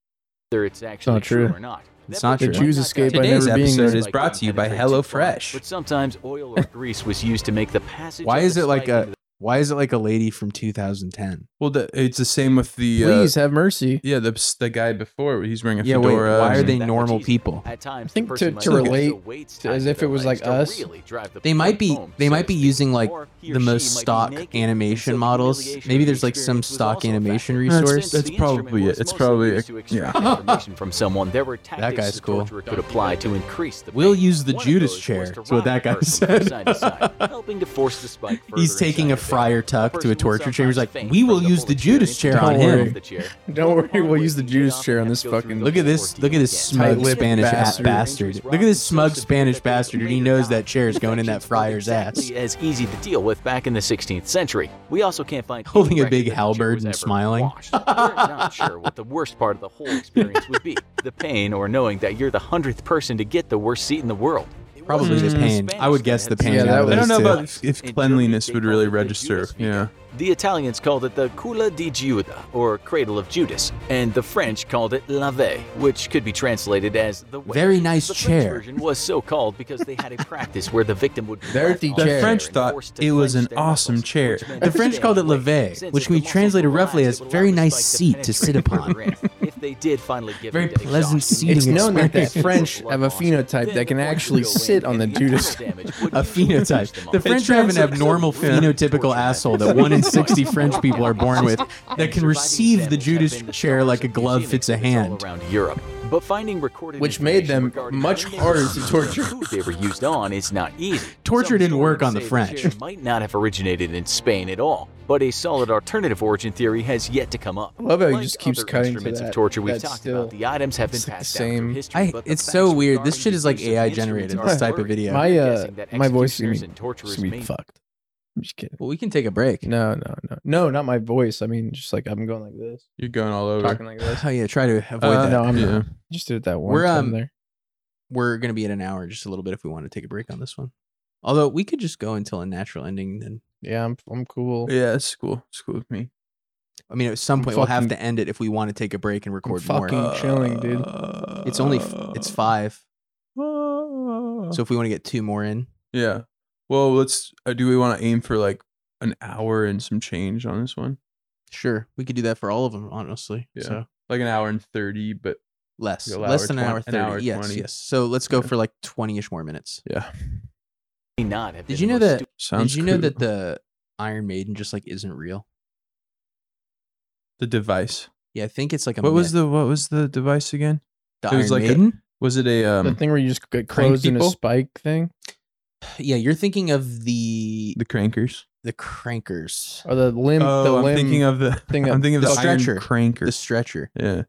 L: whether it's actually
C: not true.
L: or not.
A: It's not true.
L: person might
A: The
C: Jews
L: not
C: escaped
L: die.
C: by Today's never being episode there.
D: is brought to you by
L: Penetrate too far,
D: HelloFresh.
L: But sometimes oil or grease was used to make the passage.
A: Why
L: of
A: is
L: the
A: it like
L: spike
A: a
L: into
A: why is it like a lady from 2010?
D: Well, the, it's the same with the uh,
C: Please have mercy.
D: yeah the the guy before he's wearing a
A: Yeah, wait,
D: fedora.
A: why are
D: and-
A: they
L: That much
A: normal
L: easier.
A: people?
L: the- At times,
C: I think
L: the
C: to-
L: person might
C: to
L: use the
C: relate
L: weights
C: to-
L: tied
C: as
L: to
C: if
L: their
C: it was
L: legs
C: like
L: to
C: us.
L: really drive the
A: They might
L: point
A: be
L: home,
A: they
L: so
A: might
L: to
A: be
L: speak,
A: using like
L: or he or
A: the
L: she
A: most
L: might be
A: stock
L: naked, and so
A: animation
L: the
A: models.
L: humiliation
A: Maybe
L: of the
A: there's like some
L: experience was
A: stock
L: also a
A: animation
L: factor.
C: That's-
A: resource.
D: that's
L: Since the instrument
D: probably it.
L: was
D: It's
L: mostly
D: probably-
L: used to extract
A: yeah.
L: [laughs] information from someone. There were tactics
A: guy's
L: the
A: cool.
L: torturer could apply to increase the.
A: We'll
L: pain.
A: use the
L: One of
A: Judas
L: those was
A: chair,
L: to
A: is what
L: rock
A: that
L: the
A: guy
L: person from
A: said.
L: side
A: [laughs]
L: to side, helping to force the spike
A: He's
L: further
A: taking a
L: inside the bed.
A: friar tuck to a
L: Person would
A: torture chamber. He's
L: sometimes
A: like,
L: faint
A: we
L: from
A: will
L: the
A: use the
L: bullet
A: Judas
L: experience
A: chair on
L: of
A: him.
L: the chair.
C: [laughs] Don't worry, we'll
L: Upon
C: use the
L: which
C: Judas
L: he'd
C: chair on
L: often
C: this
L: have to go through
C: fucking-
L: the
A: Look at
C: [laughs]
A: this!
L: ordeal
A: Look at this
L: again.
A: smug
C: Tight-lipped
A: Spanish
C: bastard.
A: bastard. bastard. Look at this smug Spanish bastard. dude. He knows that chair is going in that friar's ass,
L: Exactly As easy to deal with back in the 16th century, we also can't find any
A: Holding a
L: record
A: big
L: that the chair
A: halberd
L: was
A: and
L: ever
A: smiling.
L: washed. We're not sure what the worst part of the whole experience would be:
A: [laughs]
L: the pain or knowing that you're the hundredth person to get the worst seat in the world. It
A: Probably
L: wasn't
A: the
L: just the
A: pain.
L: Spanish
A: I would
L: that
A: guess
L: had
A: the pain
C: Yeah,
L: such
C: that
A: out of
D: I don't
A: those
D: know
A: two.
D: about if, if
L: In Germany,
D: cleanliness
L: they
D: would
L: call
D: really
L: it the
D: register.
L: Judas
D: Yeah.
L: Beacon. The Italians called it the Culla di Giuda, or Cradle of Judas, and the French called it Lave, which could be translated as the way.
A: Very nice
L: the
A: chair.
L: French version was so called because they had a practice where the victim would be
C: Dirty
L: left on
C: chair.
L: a
C: The
D: French
L: and
D: thought
L: forced to
D: it was
L: clench
D: an
L: their
D: awesome
L: muscles,
D: chair.
L: which meant
A: The
L: to
A: French
L: stand
A: called it
L: away.
A: levee,
L: Since
A: which
L: if
A: can
L: the
A: be
L: muscles
A: translated
L: were
A: roughly
L: relaxed,
A: as
L: it would
A: very
L: allow the
A: nice
L: spike to
A: seat to sit
L: penetrate further
A: [laughs] upon.
L: in, if they did finally give
A: Very
L: in to
A: pleasant
L: exhaustion.
A: seating
C: It's known that the
A: experience.
C: [laughs]
L: [laughs]
C: French have a phenotype
L: Then
C: that can
L: the French
C: actually
L: would go in
C: sit on
L: and
C: the Judas.
L: internal damage
A: [laughs]
L: would
A: A
L: usually reach them
A: phenotype.
L: all.
A: The French have an
D: translates-
A: abnormal
L: [laughs] Yeah.
A: phenotypical asshole that one in
L: [laughs]
A: 60 French people are born with that can
L: Surviving
A: receive the
L: examples have
A: Judas
L: been the
A: chair like a
L: stars of
A: glove
L: museum
A: fits a
L: exhibits all
A: hand.
L: around Europe, but finding recorded
C: Which made them
L: information regarding
C: much
L: when they
C: harder
L: were
C: to
L: used
C: torture.
L: and who They were used on is not easy.
A: [laughs] Torture
L: Some
A: didn't work
L: historians
A: on the
L: say
A: French.
L: chair might not have originated in Spain at all, but a solid alternative origin theory has yet to come up.
C: I love how he
L: Like
C: just keeps
L: other
C: cutting to
L: instruments
C: that-
L: of torture we've
C: that
L: talked
C: still.
L: about. The items have been
C: It's like the
L: passed down through
C: same.
L: history,
A: I-
L: but the
A: it's
L: facts
A: so weird.
L: regarding
A: This shit
L: the
A: is like
L: use of
A: AI
L: instruments
A: generated,
L: are
A: this type of
L: blurry.
A: video.
C: My uh,
L: Guessing that
C: my voice is
L: executioners
C: gonna
L: and
C: be-
L: torturers
C: it's gonna be
L: may-
C: fucked. I'm just kidding.
A: Well, we can take a break.
C: No, no, no, no, not my voice. I mean, just like I'm going like this,
D: You're going all over.
C: [laughs] talking like this.
A: Oh yeah, try to avoid
D: Uh,
A: that.
C: no, I'm
D: yeah.
C: not. Just did it that one
A: We're,
C: time
A: um,
C: there.
A: we're going to be at an hour in just a little bit if we want to take a break on this one. Although we could just go until a natural ending. Then
C: Yeah, I'm I'm cool.
D: Yeah, it's cool. It's cool with me.
A: I mean, at some
C: I'm
A: point we'll have
C: fucking-
A: to end it if we want to take a break and record more.
C: fucking chilling, dude.
D: Uh,
A: it's only f- it's five.
D: Oh.
A: So if we want to get two more in,
D: Yeah. Well, let's. Uh, do we want to aim for like an hour and some change on this one?
A: sure, we could do that for all of them. Honestly,
D: Yeah.
A: so
D: Like an hour and thirty, but
A: less
D: Go
A: less
D: hour
A: than an
D: 20
A: hour
D: an
A: thirty.
D: hour
A: yes,
D: 20.
A: yes. So let's go for like twenty ish more minutes.
D: yeah.
L: May not have
A: Did
L: been
A: you know
L: the most
A: that?
D: Sounds.
A: did you know
D: cool.
A: that the Iron Maiden just like isn't real?
D: the device?
A: Yeah, I think it's like a
D: What was
A: myth.
D: the what was the device again?
A: the
D: it was
A: Iron
D: like a-
A: Maiden?
D: Was it a
C: The
D: um
C: thing where you just get
D: crank
C: closed in a
D: people?
C: spike thing,
A: yeah, you're thinking of the
D: the crankers?
A: the crankers,
C: or the limb.
D: oh,
C: the
D: I'm
C: limb
D: thinking of the.
C: thing that-
D: [laughs] I'm thinking of
A: the
D: the, iron
A: stretcher.
D: cranker.
A: the stretcher.
D: yeah.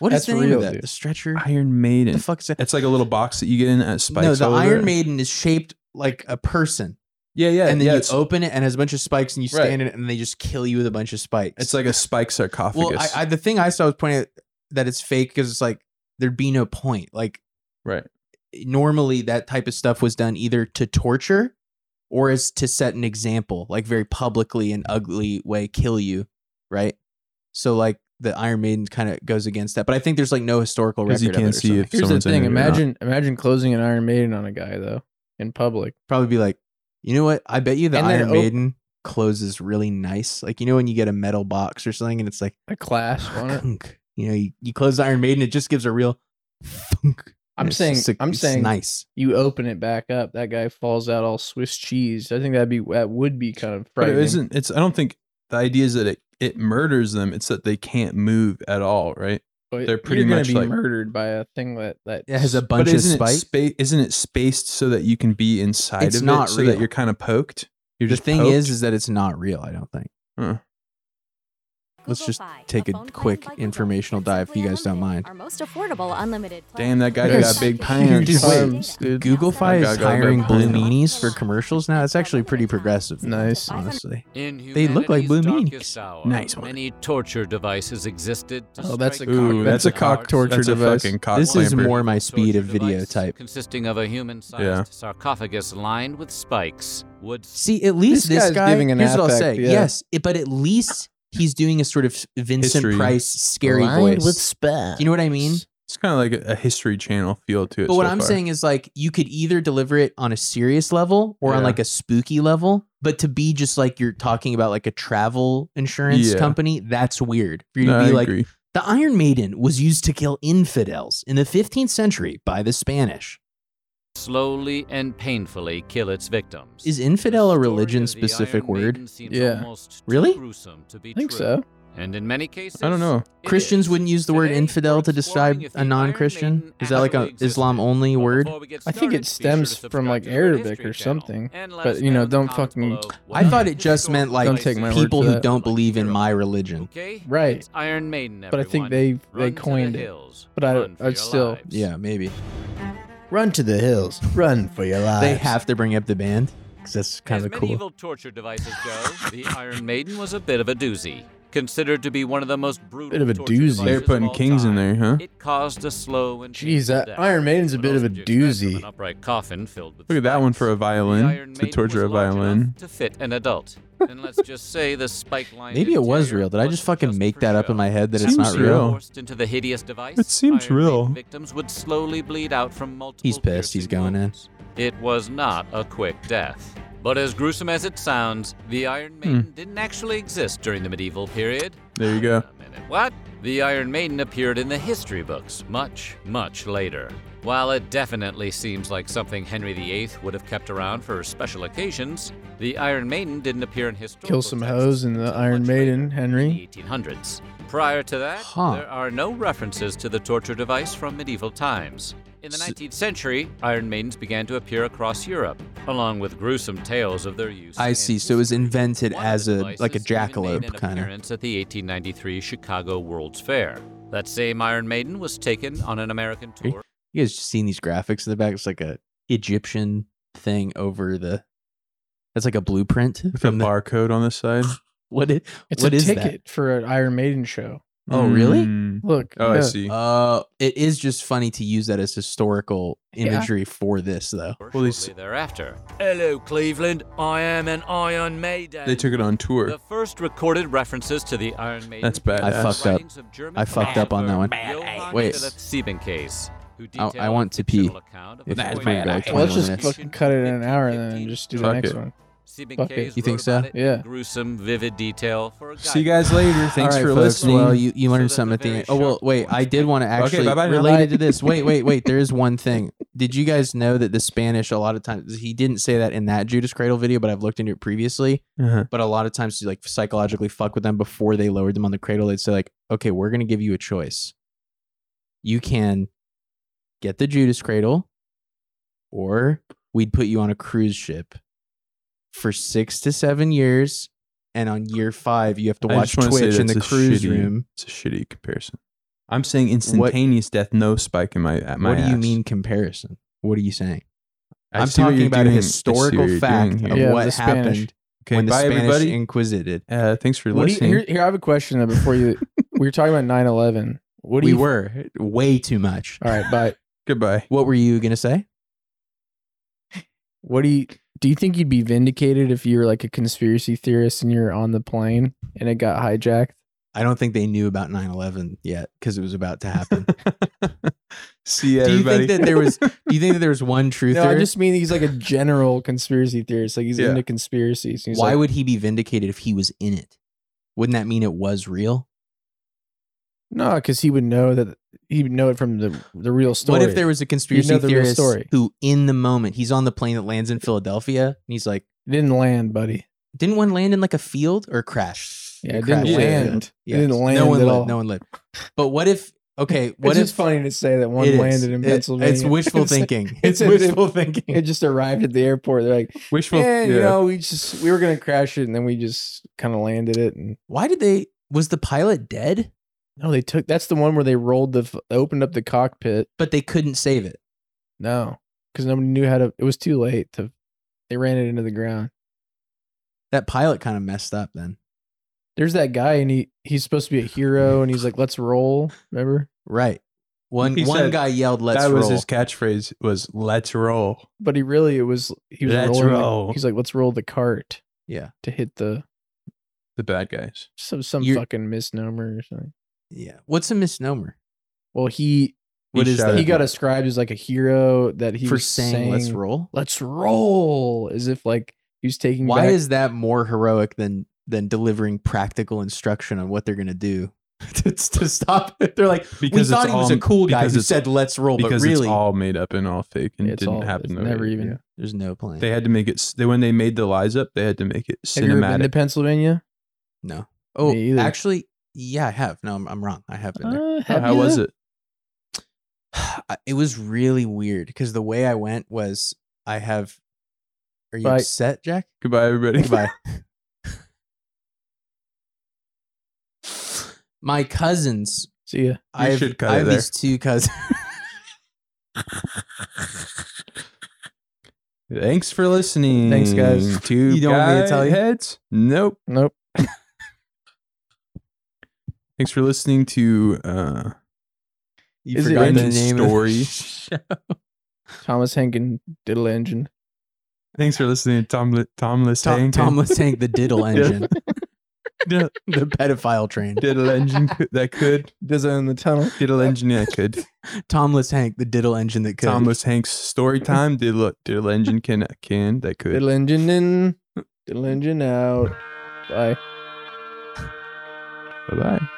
A: What is
C: That's
A: the name
C: real,
A: of that?
C: dude.
A: The stretcher.
D: Iron Maiden.
A: the fuck is that?
D: It's like a little box that you get in at spikes.
A: no, the
D: all over
A: Iron
D: it.
A: Maiden is shaped like a person,
D: Yeah, yeah,
A: and then
D: yeah,
A: you
D: it's,
A: open it and it has a bunch of spikes, and you
D: Right.
A: stand in it, and they just kill you with a bunch of spikes.
D: it's like a spike sarcophagus.
A: well, I, I, the thing I saw was pointing out that it's fake because it's like there'd be no point. Like
D: right.
A: normally, that type of stuff was done either to torture or as to set an example, like very publicly and ugly way, kill you, right? So like the Iron Maiden kind of goes against that, but I think there's like no historical record.
D: Because you
A: of it
D: can't
A: or
D: see if
A: something.
C: Here's the
D: someone's in
C: thing.
D: it or not.
C: Imagine imagine closing an Iron Maiden on a guy though in public.
A: probably be like, you know what? I bet you the
C: And then
A: Iron
C: op-
A: Maiden closes really nice. Like you know when you get a metal box or something, and it's like,
C: A clasp
D: Oh,
C: on it.
A: thunk. you know, you, you close the Iron Maiden, it just gives a real thunk.
C: I'm
A: It's
C: saying-
A: sick-
C: I'm
A: it's
C: saying-
A: nice.
C: You open it back up. That guy falls out all Swiss cheese. I think that'd be that would be kind of
D: But it
C: frightening.
D: isn't. It's. I don't think the idea is that it it murders them. It's that they can't move at all. Right.
C: But
D: they're pretty
C: you're gonna
D: much
C: be
D: like-
C: murdered by a thing that that
A: It has a
D: But
A: bunch of
D: isn't it
A: spikes.
D: spa- Isn't it spaced so that you can be inside
A: It's
D: of
A: not
D: it, so
A: real.
D: that you're kind of poked? You're
A: the
D: just
A: thing
D: poked?
A: is, is that it's not real. I don't think.
D: Huh.
A: Let's just take a quick informational dive if you guys don't mind.
M: most affordable unlimited.
D: Damn, that guy
C: There's
D: got big
C: huge
D: pants.
A: Dude, wait.
C: arms, dude.
A: Google Fi
D: Gotta
A: is
D: go
A: hiring
D: back
A: blue
D: to-
A: meanies for commercials now. It's actually pretty progressive.
C: Nice.
A: honestly.
N: In
A: They look like blue
N: humanity's
A: meanies.
N: darkest hour,
A: Nice one.
N: Many torture devices existed. to
C: Oh, that's a
N: strike
C: cock-
D: Ooh, that's, a cock torture
C: that's a
D: device.
C: fucking
A: This is
D: clamper.
A: more my speed of
N: torture
A: video
N: device
A: type.
N: Consisting of a human-sized
D: Yeah.
N: sarcophagus lined with spikes. Would
A: See, at least
C: This
A: this,
C: guy's
A: guy.
C: giving an
A: here's what I'll
C: affect,
A: say.
C: yeah.
A: Yes, it- but at least he's doing a sort of Vincent
D: History.
A: Price scary voice.
B: spats.
A: Do you know what I mean?
D: It's kind of like a, a History Channel feel to it.
A: But what
D: so
A: I'm
D: far.
A: saying is like you could either deliver it on a serious level or on
D: Yeah.
A: like a spooky level, but to be just like you're talking about like a travel insurance
D: Yeah.
A: company, that's weird. For you
D: No,
A: to be
D: I
A: like
D: agree.
A: the Iron Maiden was used to kill infidels in the 15th century by the Spanish.
N: slowly and painfully kill its victims.
A: Is infidel
N: The
A: a
N: story
A: religion
N: of the
A: specific
N: Iron
A: word?
N: Maiden seems
C: Yeah.
N: almost too
A: Really?
N: gruesome to be
C: I think
N: true.
C: so.
N: And in many cases,
D: I don't know.
N: it
A: Christians
N: is.
A: wouldn't use the word
N: Today,
A: infidel
N: we're
A: to describe
N: exploring if
A: a
N: the Iron
A: non-Christian.
N: Maiden
A: Is that like a
N: actually existed.
A: Islam only
N: But
A: word?
N: before we get
C: I think
N: started, be
C: it
N: sure to
C: stems from, like,
N: subscribe to our
C: Arabic
N: History
C: or
N: channel
C: something.
N: and let
C: But,
N: us
C: you know,
N: in the
C: don't
N: comments
C: fucking-
N: below what
A: I thought it just
N: historical
A: meant like
C: Don't take my word for
A: people who
C: that.
A: don't believe in my religion.
N: Okay,
C: Right.
N: It's Iron Maiden.
C: But I think
N: everyone.
C: they- they
N: Run to the
C: coined it.
N: hills.
C: But I-
N: Run for
C: I'd
N: your
C: still-
N: lives.
A: Yeah, maybe.
B: Run to the hills. Run for your
D: Uh,
B: lives.
A: They have to bring up the band because that's kind
N: As
A: of cool.
N: medieval torture devices go, the Iron Maiden was a bit of a doozy. Considered to be one of the most brutal.
C: Bit of a
N: torture
B: doozy.
N: devices
D: They were putting
N: of all
D: kings in
N: time.
D: there, huh?
N: It caused a slow and.
B: Jeez,
N: painful
B: that
N: death,
B: Iron Maiden's a
N: but
B: bit of
N: as
B: a
N: you'd expect from
B: doozy.
N: An upright coffin filled with.
D: Look at that one for a
N: The Iron
D: violin. The
N: Maiden
D: torture
N: was
D: of
N: large enough
D: violin.
N: To fit an adult. and let's just say the spike line.
A: Maybe it was real. Did I just fucking make that up in my head that it's
D: Seems
A: not
D: real.
A: real?
N: Forced into the hideous device,
D: It seems
N: Iron Maiden
D: real.
N: Victims would slowly bleed out from multiple.
A: He's pissed. He's
N: piercing
A: going in.
N: wounds. It was not a quick death. But as gruesome as it sounds, the Iron Maiden didn't actually exist during the medieval period.
D: Hmm.
N: Um,
D: There you go.
N: Wait a minute, what? The Iron Maiden appeared in the history books much, much later. While it definitely seems like something Henry VIII would have kept around for special occasions, the Iron Maiden didn't appear in historical
C: Kill some
N: texts
C: hoes in the
N: until
C: Iron
N: much later,
C: Maiden, Henry.
N: the E 1800s. Prior to that,
A: Huh.
N: there are no references to the torture device from medieval times. In the
D: S-
N: 19th century, Iron Maidens began to appear across Europe, along with gruesome tales of their use.
A: I
N: and
A: see. So it was
N: history.
A: invented
N: One of
A: as
N: the
A: a like a
N: devices even made an
A: jackalope kind of.
N: appearance at the 1893 Chicago World's Fair. That same Iron Maiden was taken on an American tour.
A: You guys just seen these graphics in the back? It's like a Egyptian thing over the. That's like a blueprint [laughs]
D: With
C: [laughs]
D: a
A: from the.
D: [gasps] barcode on the side.
A: What is?
C: It's
A: What
C: a
A: is that?
C: ticket for an Iron Maiden show.
A: Oh, really?
D: Mm.
C: Look,
D: Oh, I
C: uh,
D: see.
A: Uh, it is just funny to use that as historical
L: Yeah.
A: imagery for this, though.
L: Shortly thereafter, hello Cleveland, I am an Iron Maiden.
D: They took it on tour.
L: The first recorded references to the Iron Maiden.
D: That's badass.
A: I fucked up.
L: writings of German
A: I fucked up on that one.
L: Johann
A: Wait,
L: Philipp Siebenkase, who
A: I, I
L: detailed
A: want to pee. If
L: That's
A: we're gonna go like
L: badass.
A: 21
C: Let's just
A: minutes.
C: fucking cut it in an hour and then just do the
D: Fuck
C: next
D: it.
C: one. Fuck
L: Siebenkase
C: it.
A: You think
L: wrote about
A: so?
L: it in
C: Yeah.
L: Gruesome, vivid detail for a guy.
D: See you guys later. Thanks
A: All right,
D: for
A: folks.
D: listening.
A: Well, you, you learned
L: So
A: something at
L: that's
A: the
L: a
A: end. Oh
L: very
A: well,
L: sharp
A: wait. I did want to actually
D: bye-bye now.
A: related to this. Wait, wait, wait. There is one thing. Did you guys know that the Spanish a lot of times he didn't say that in that Judas Cradle video, but I've looked into it previously.
D: Uh-huh.
A: But a lot of times, to like psychologically fuck with them before they lowered them on the cradle, they'd say like, "Okay, we're gonna give you a choice. You can get the Judas Cradle, or we'd put you on a cruise ship for six to seven years." And on year five, you have to
D: I
A: watch
D: just wanna say
A: Twitch in
D: that's
A: the
D: a
A: cruise
D: shitty-
A: room.
D: It's a shitty comparison. I'm saying instantaneous death, no spike in my at my.
A: what do you
D: ass.
A: mean comparison? What are you saying?
D: I
A: am
D: see what
A: talking
D: you're
A: about a
D: doing. I see what
A: historical
D: you're
A: fact
D: doing
A: of
D: here.
C: Yeah, the
A: what
C: Spanish.
A: happened
D: Okay,
A: when the
D: bye
A: Spanish
D: everybody.
A: inquisited.
D: Uh, thanks for
C: What do you,
D: listening.
C: here, here, I have a question though before
A: [laughs]
C: you. we were talking about 9-11. What do
A: we
C: you?
A: were way too much.
C: All right, but
D: Goodbye.
A: What were you gonna say?
C: what do you? Do you think you'd be vindicated if you were like a conspiracy theorist and you're on the plane and it got hijacked?
A: I don't think they knew about 9-11 yet because it was about to
C: [laughs]
A: happen.
D: [laughs] See you,
A: do you
D: everybody.
A: think that there was? Do you think that there was one truther?
C: No, I just mean he's like a general conspiracy theorist. Like he's
D: Yeah.
C: into conspiracies. He's
A: Why
C: like,
A: would he be vindicated if he was in it? Wouldn't that mean it was real?
C: No, because he would know that he would know it from the the real story.
A: What if there was a conspiracy
C: the real
A: theorist
C: story.
A: who, in the moment, he's on the plane that lands in Philadelphia, and he's like,
C: It didn't land, buddy?
A: Didn't one land in like a field or crash?
C: Yeah, it
A: crashed.
C: didn't land.
A: Yeah.
C: It didn't land
A: No one
C: at
A: lived.
C: all.
A: No one lived. But what if? Okay, what
C: [laughs] it's
A: if
C: just funny to say that one
A: it is.
C: landed in
A: It-
C: Pennsylvania.
A: It's wishful thinking. It's,
C: [laughs] It's a-
A: wishful thinking.
C: It just arrived at the airport.
A: [laughs]
C: They're like,
D: [laughs] Wishful.
C: yeah, you
D: yeah.
C: know, we just we were gonna crash it, and then we just kind of landed it. And
A: Why did they? Was the pilot dead?
C: no, they took that's the one where they rolled the f- opened up the cockpit.
A: But they couldn't save it.
C: No, because nobody knew how to. It was too late to. They ran it into the ground.
A: That pilot kind of messed up. Then
C: There's that guy, and he he's supposed to be a hero, and he's like, "Let's roll." Remember?
A: right. One
D: He
A: one
D: said
A: guy yelled, "Let's
D: that
A: roll."
D: was his catchphrase. Was let's roll.
C: But he really it was he was
D: Let's
C: rolling. the-
D: roll.
C: he's like, "Let's roll the cart."
A: Yeah.
C: to hit the
D: The bad guys.
C: some some
A: You're-
C: fucking misnomer or something.
A: yeah. What's a misnomer?
C: Well, he
A: What is
D: shouted
A: that?
C: he got ascribed as like a hero that he
A: for
C: was
A: saying, "Let's roll."
C: let's roll," as if like he was taking.
A: Why
C: back-
A: is that more heroic than than delivering practical instruction on what they're gonna do [laughs] to, to stop it? They're like,
D: Because
A: we thought
D: it's
A: he was
D: all-
A: a cool guy
D: because
A: who
D: it's-
A: said, "Let's roll," but
D: because
A: really,
D: it's all made up and all fake and
C: it's
D: didn't
C: all-
D: happen.
C: it's
D: the way
C: never
D: it-
C: even.
D: yeah.
A: there's no plan.
D: They had to make it. s- They when they made the lies up, they had to make it
C: Have you ever been to
D: cinematic.
C: Pennsylvania?
A: no. Oh,
C: Me either.
A: actually, yeah, I have. No, I'm, I'm wrong. I have been there.
C: Uh,
D: How,
C: have
D: how
C: you
D: was
C: though?
D: it?
A: [sighs] I- it was really weird because the way I went was I have. Are you
C: Bye.
A: upset, Jack?
D: [laughs] Goodbye, everybody.
A: Goodbye. My cousins
C: See ya.
D: You
A: I've,
D: should cut it
A: I have
D: there.
A: these two
D: [laughs]
A: cousins.
D: Thanks for listening.
C: Thanks, guys.
D: Two
A: You don't want me to tell you?
D: heads. Nope.
C: Nope.
D: Thanks for listening to uh,
A: You
C: Is it
A: forgot
C: in
A: the
D: the
A: name
D: story?
A: of the
C: Thomas Henkin diddle engine.
D: Thanks for listening to Tom Tomless
A: Tom,
D: Hank
A: Thomas Hank, the
D: [laughs]
A: diddle engine, [laughs]
D: Diddle [laughs]
A: the pedophile train.
D: diddle engine c- that could
C: Dizzle in the tunnel.
D: diddle engine that could
A: Tomless Hank, the diddle engine that could.
D: Thomas Hank's story time diddle diddle engine can can that could
C: Diddle engine in. Diddle engine out. Bye.
D: bye bye.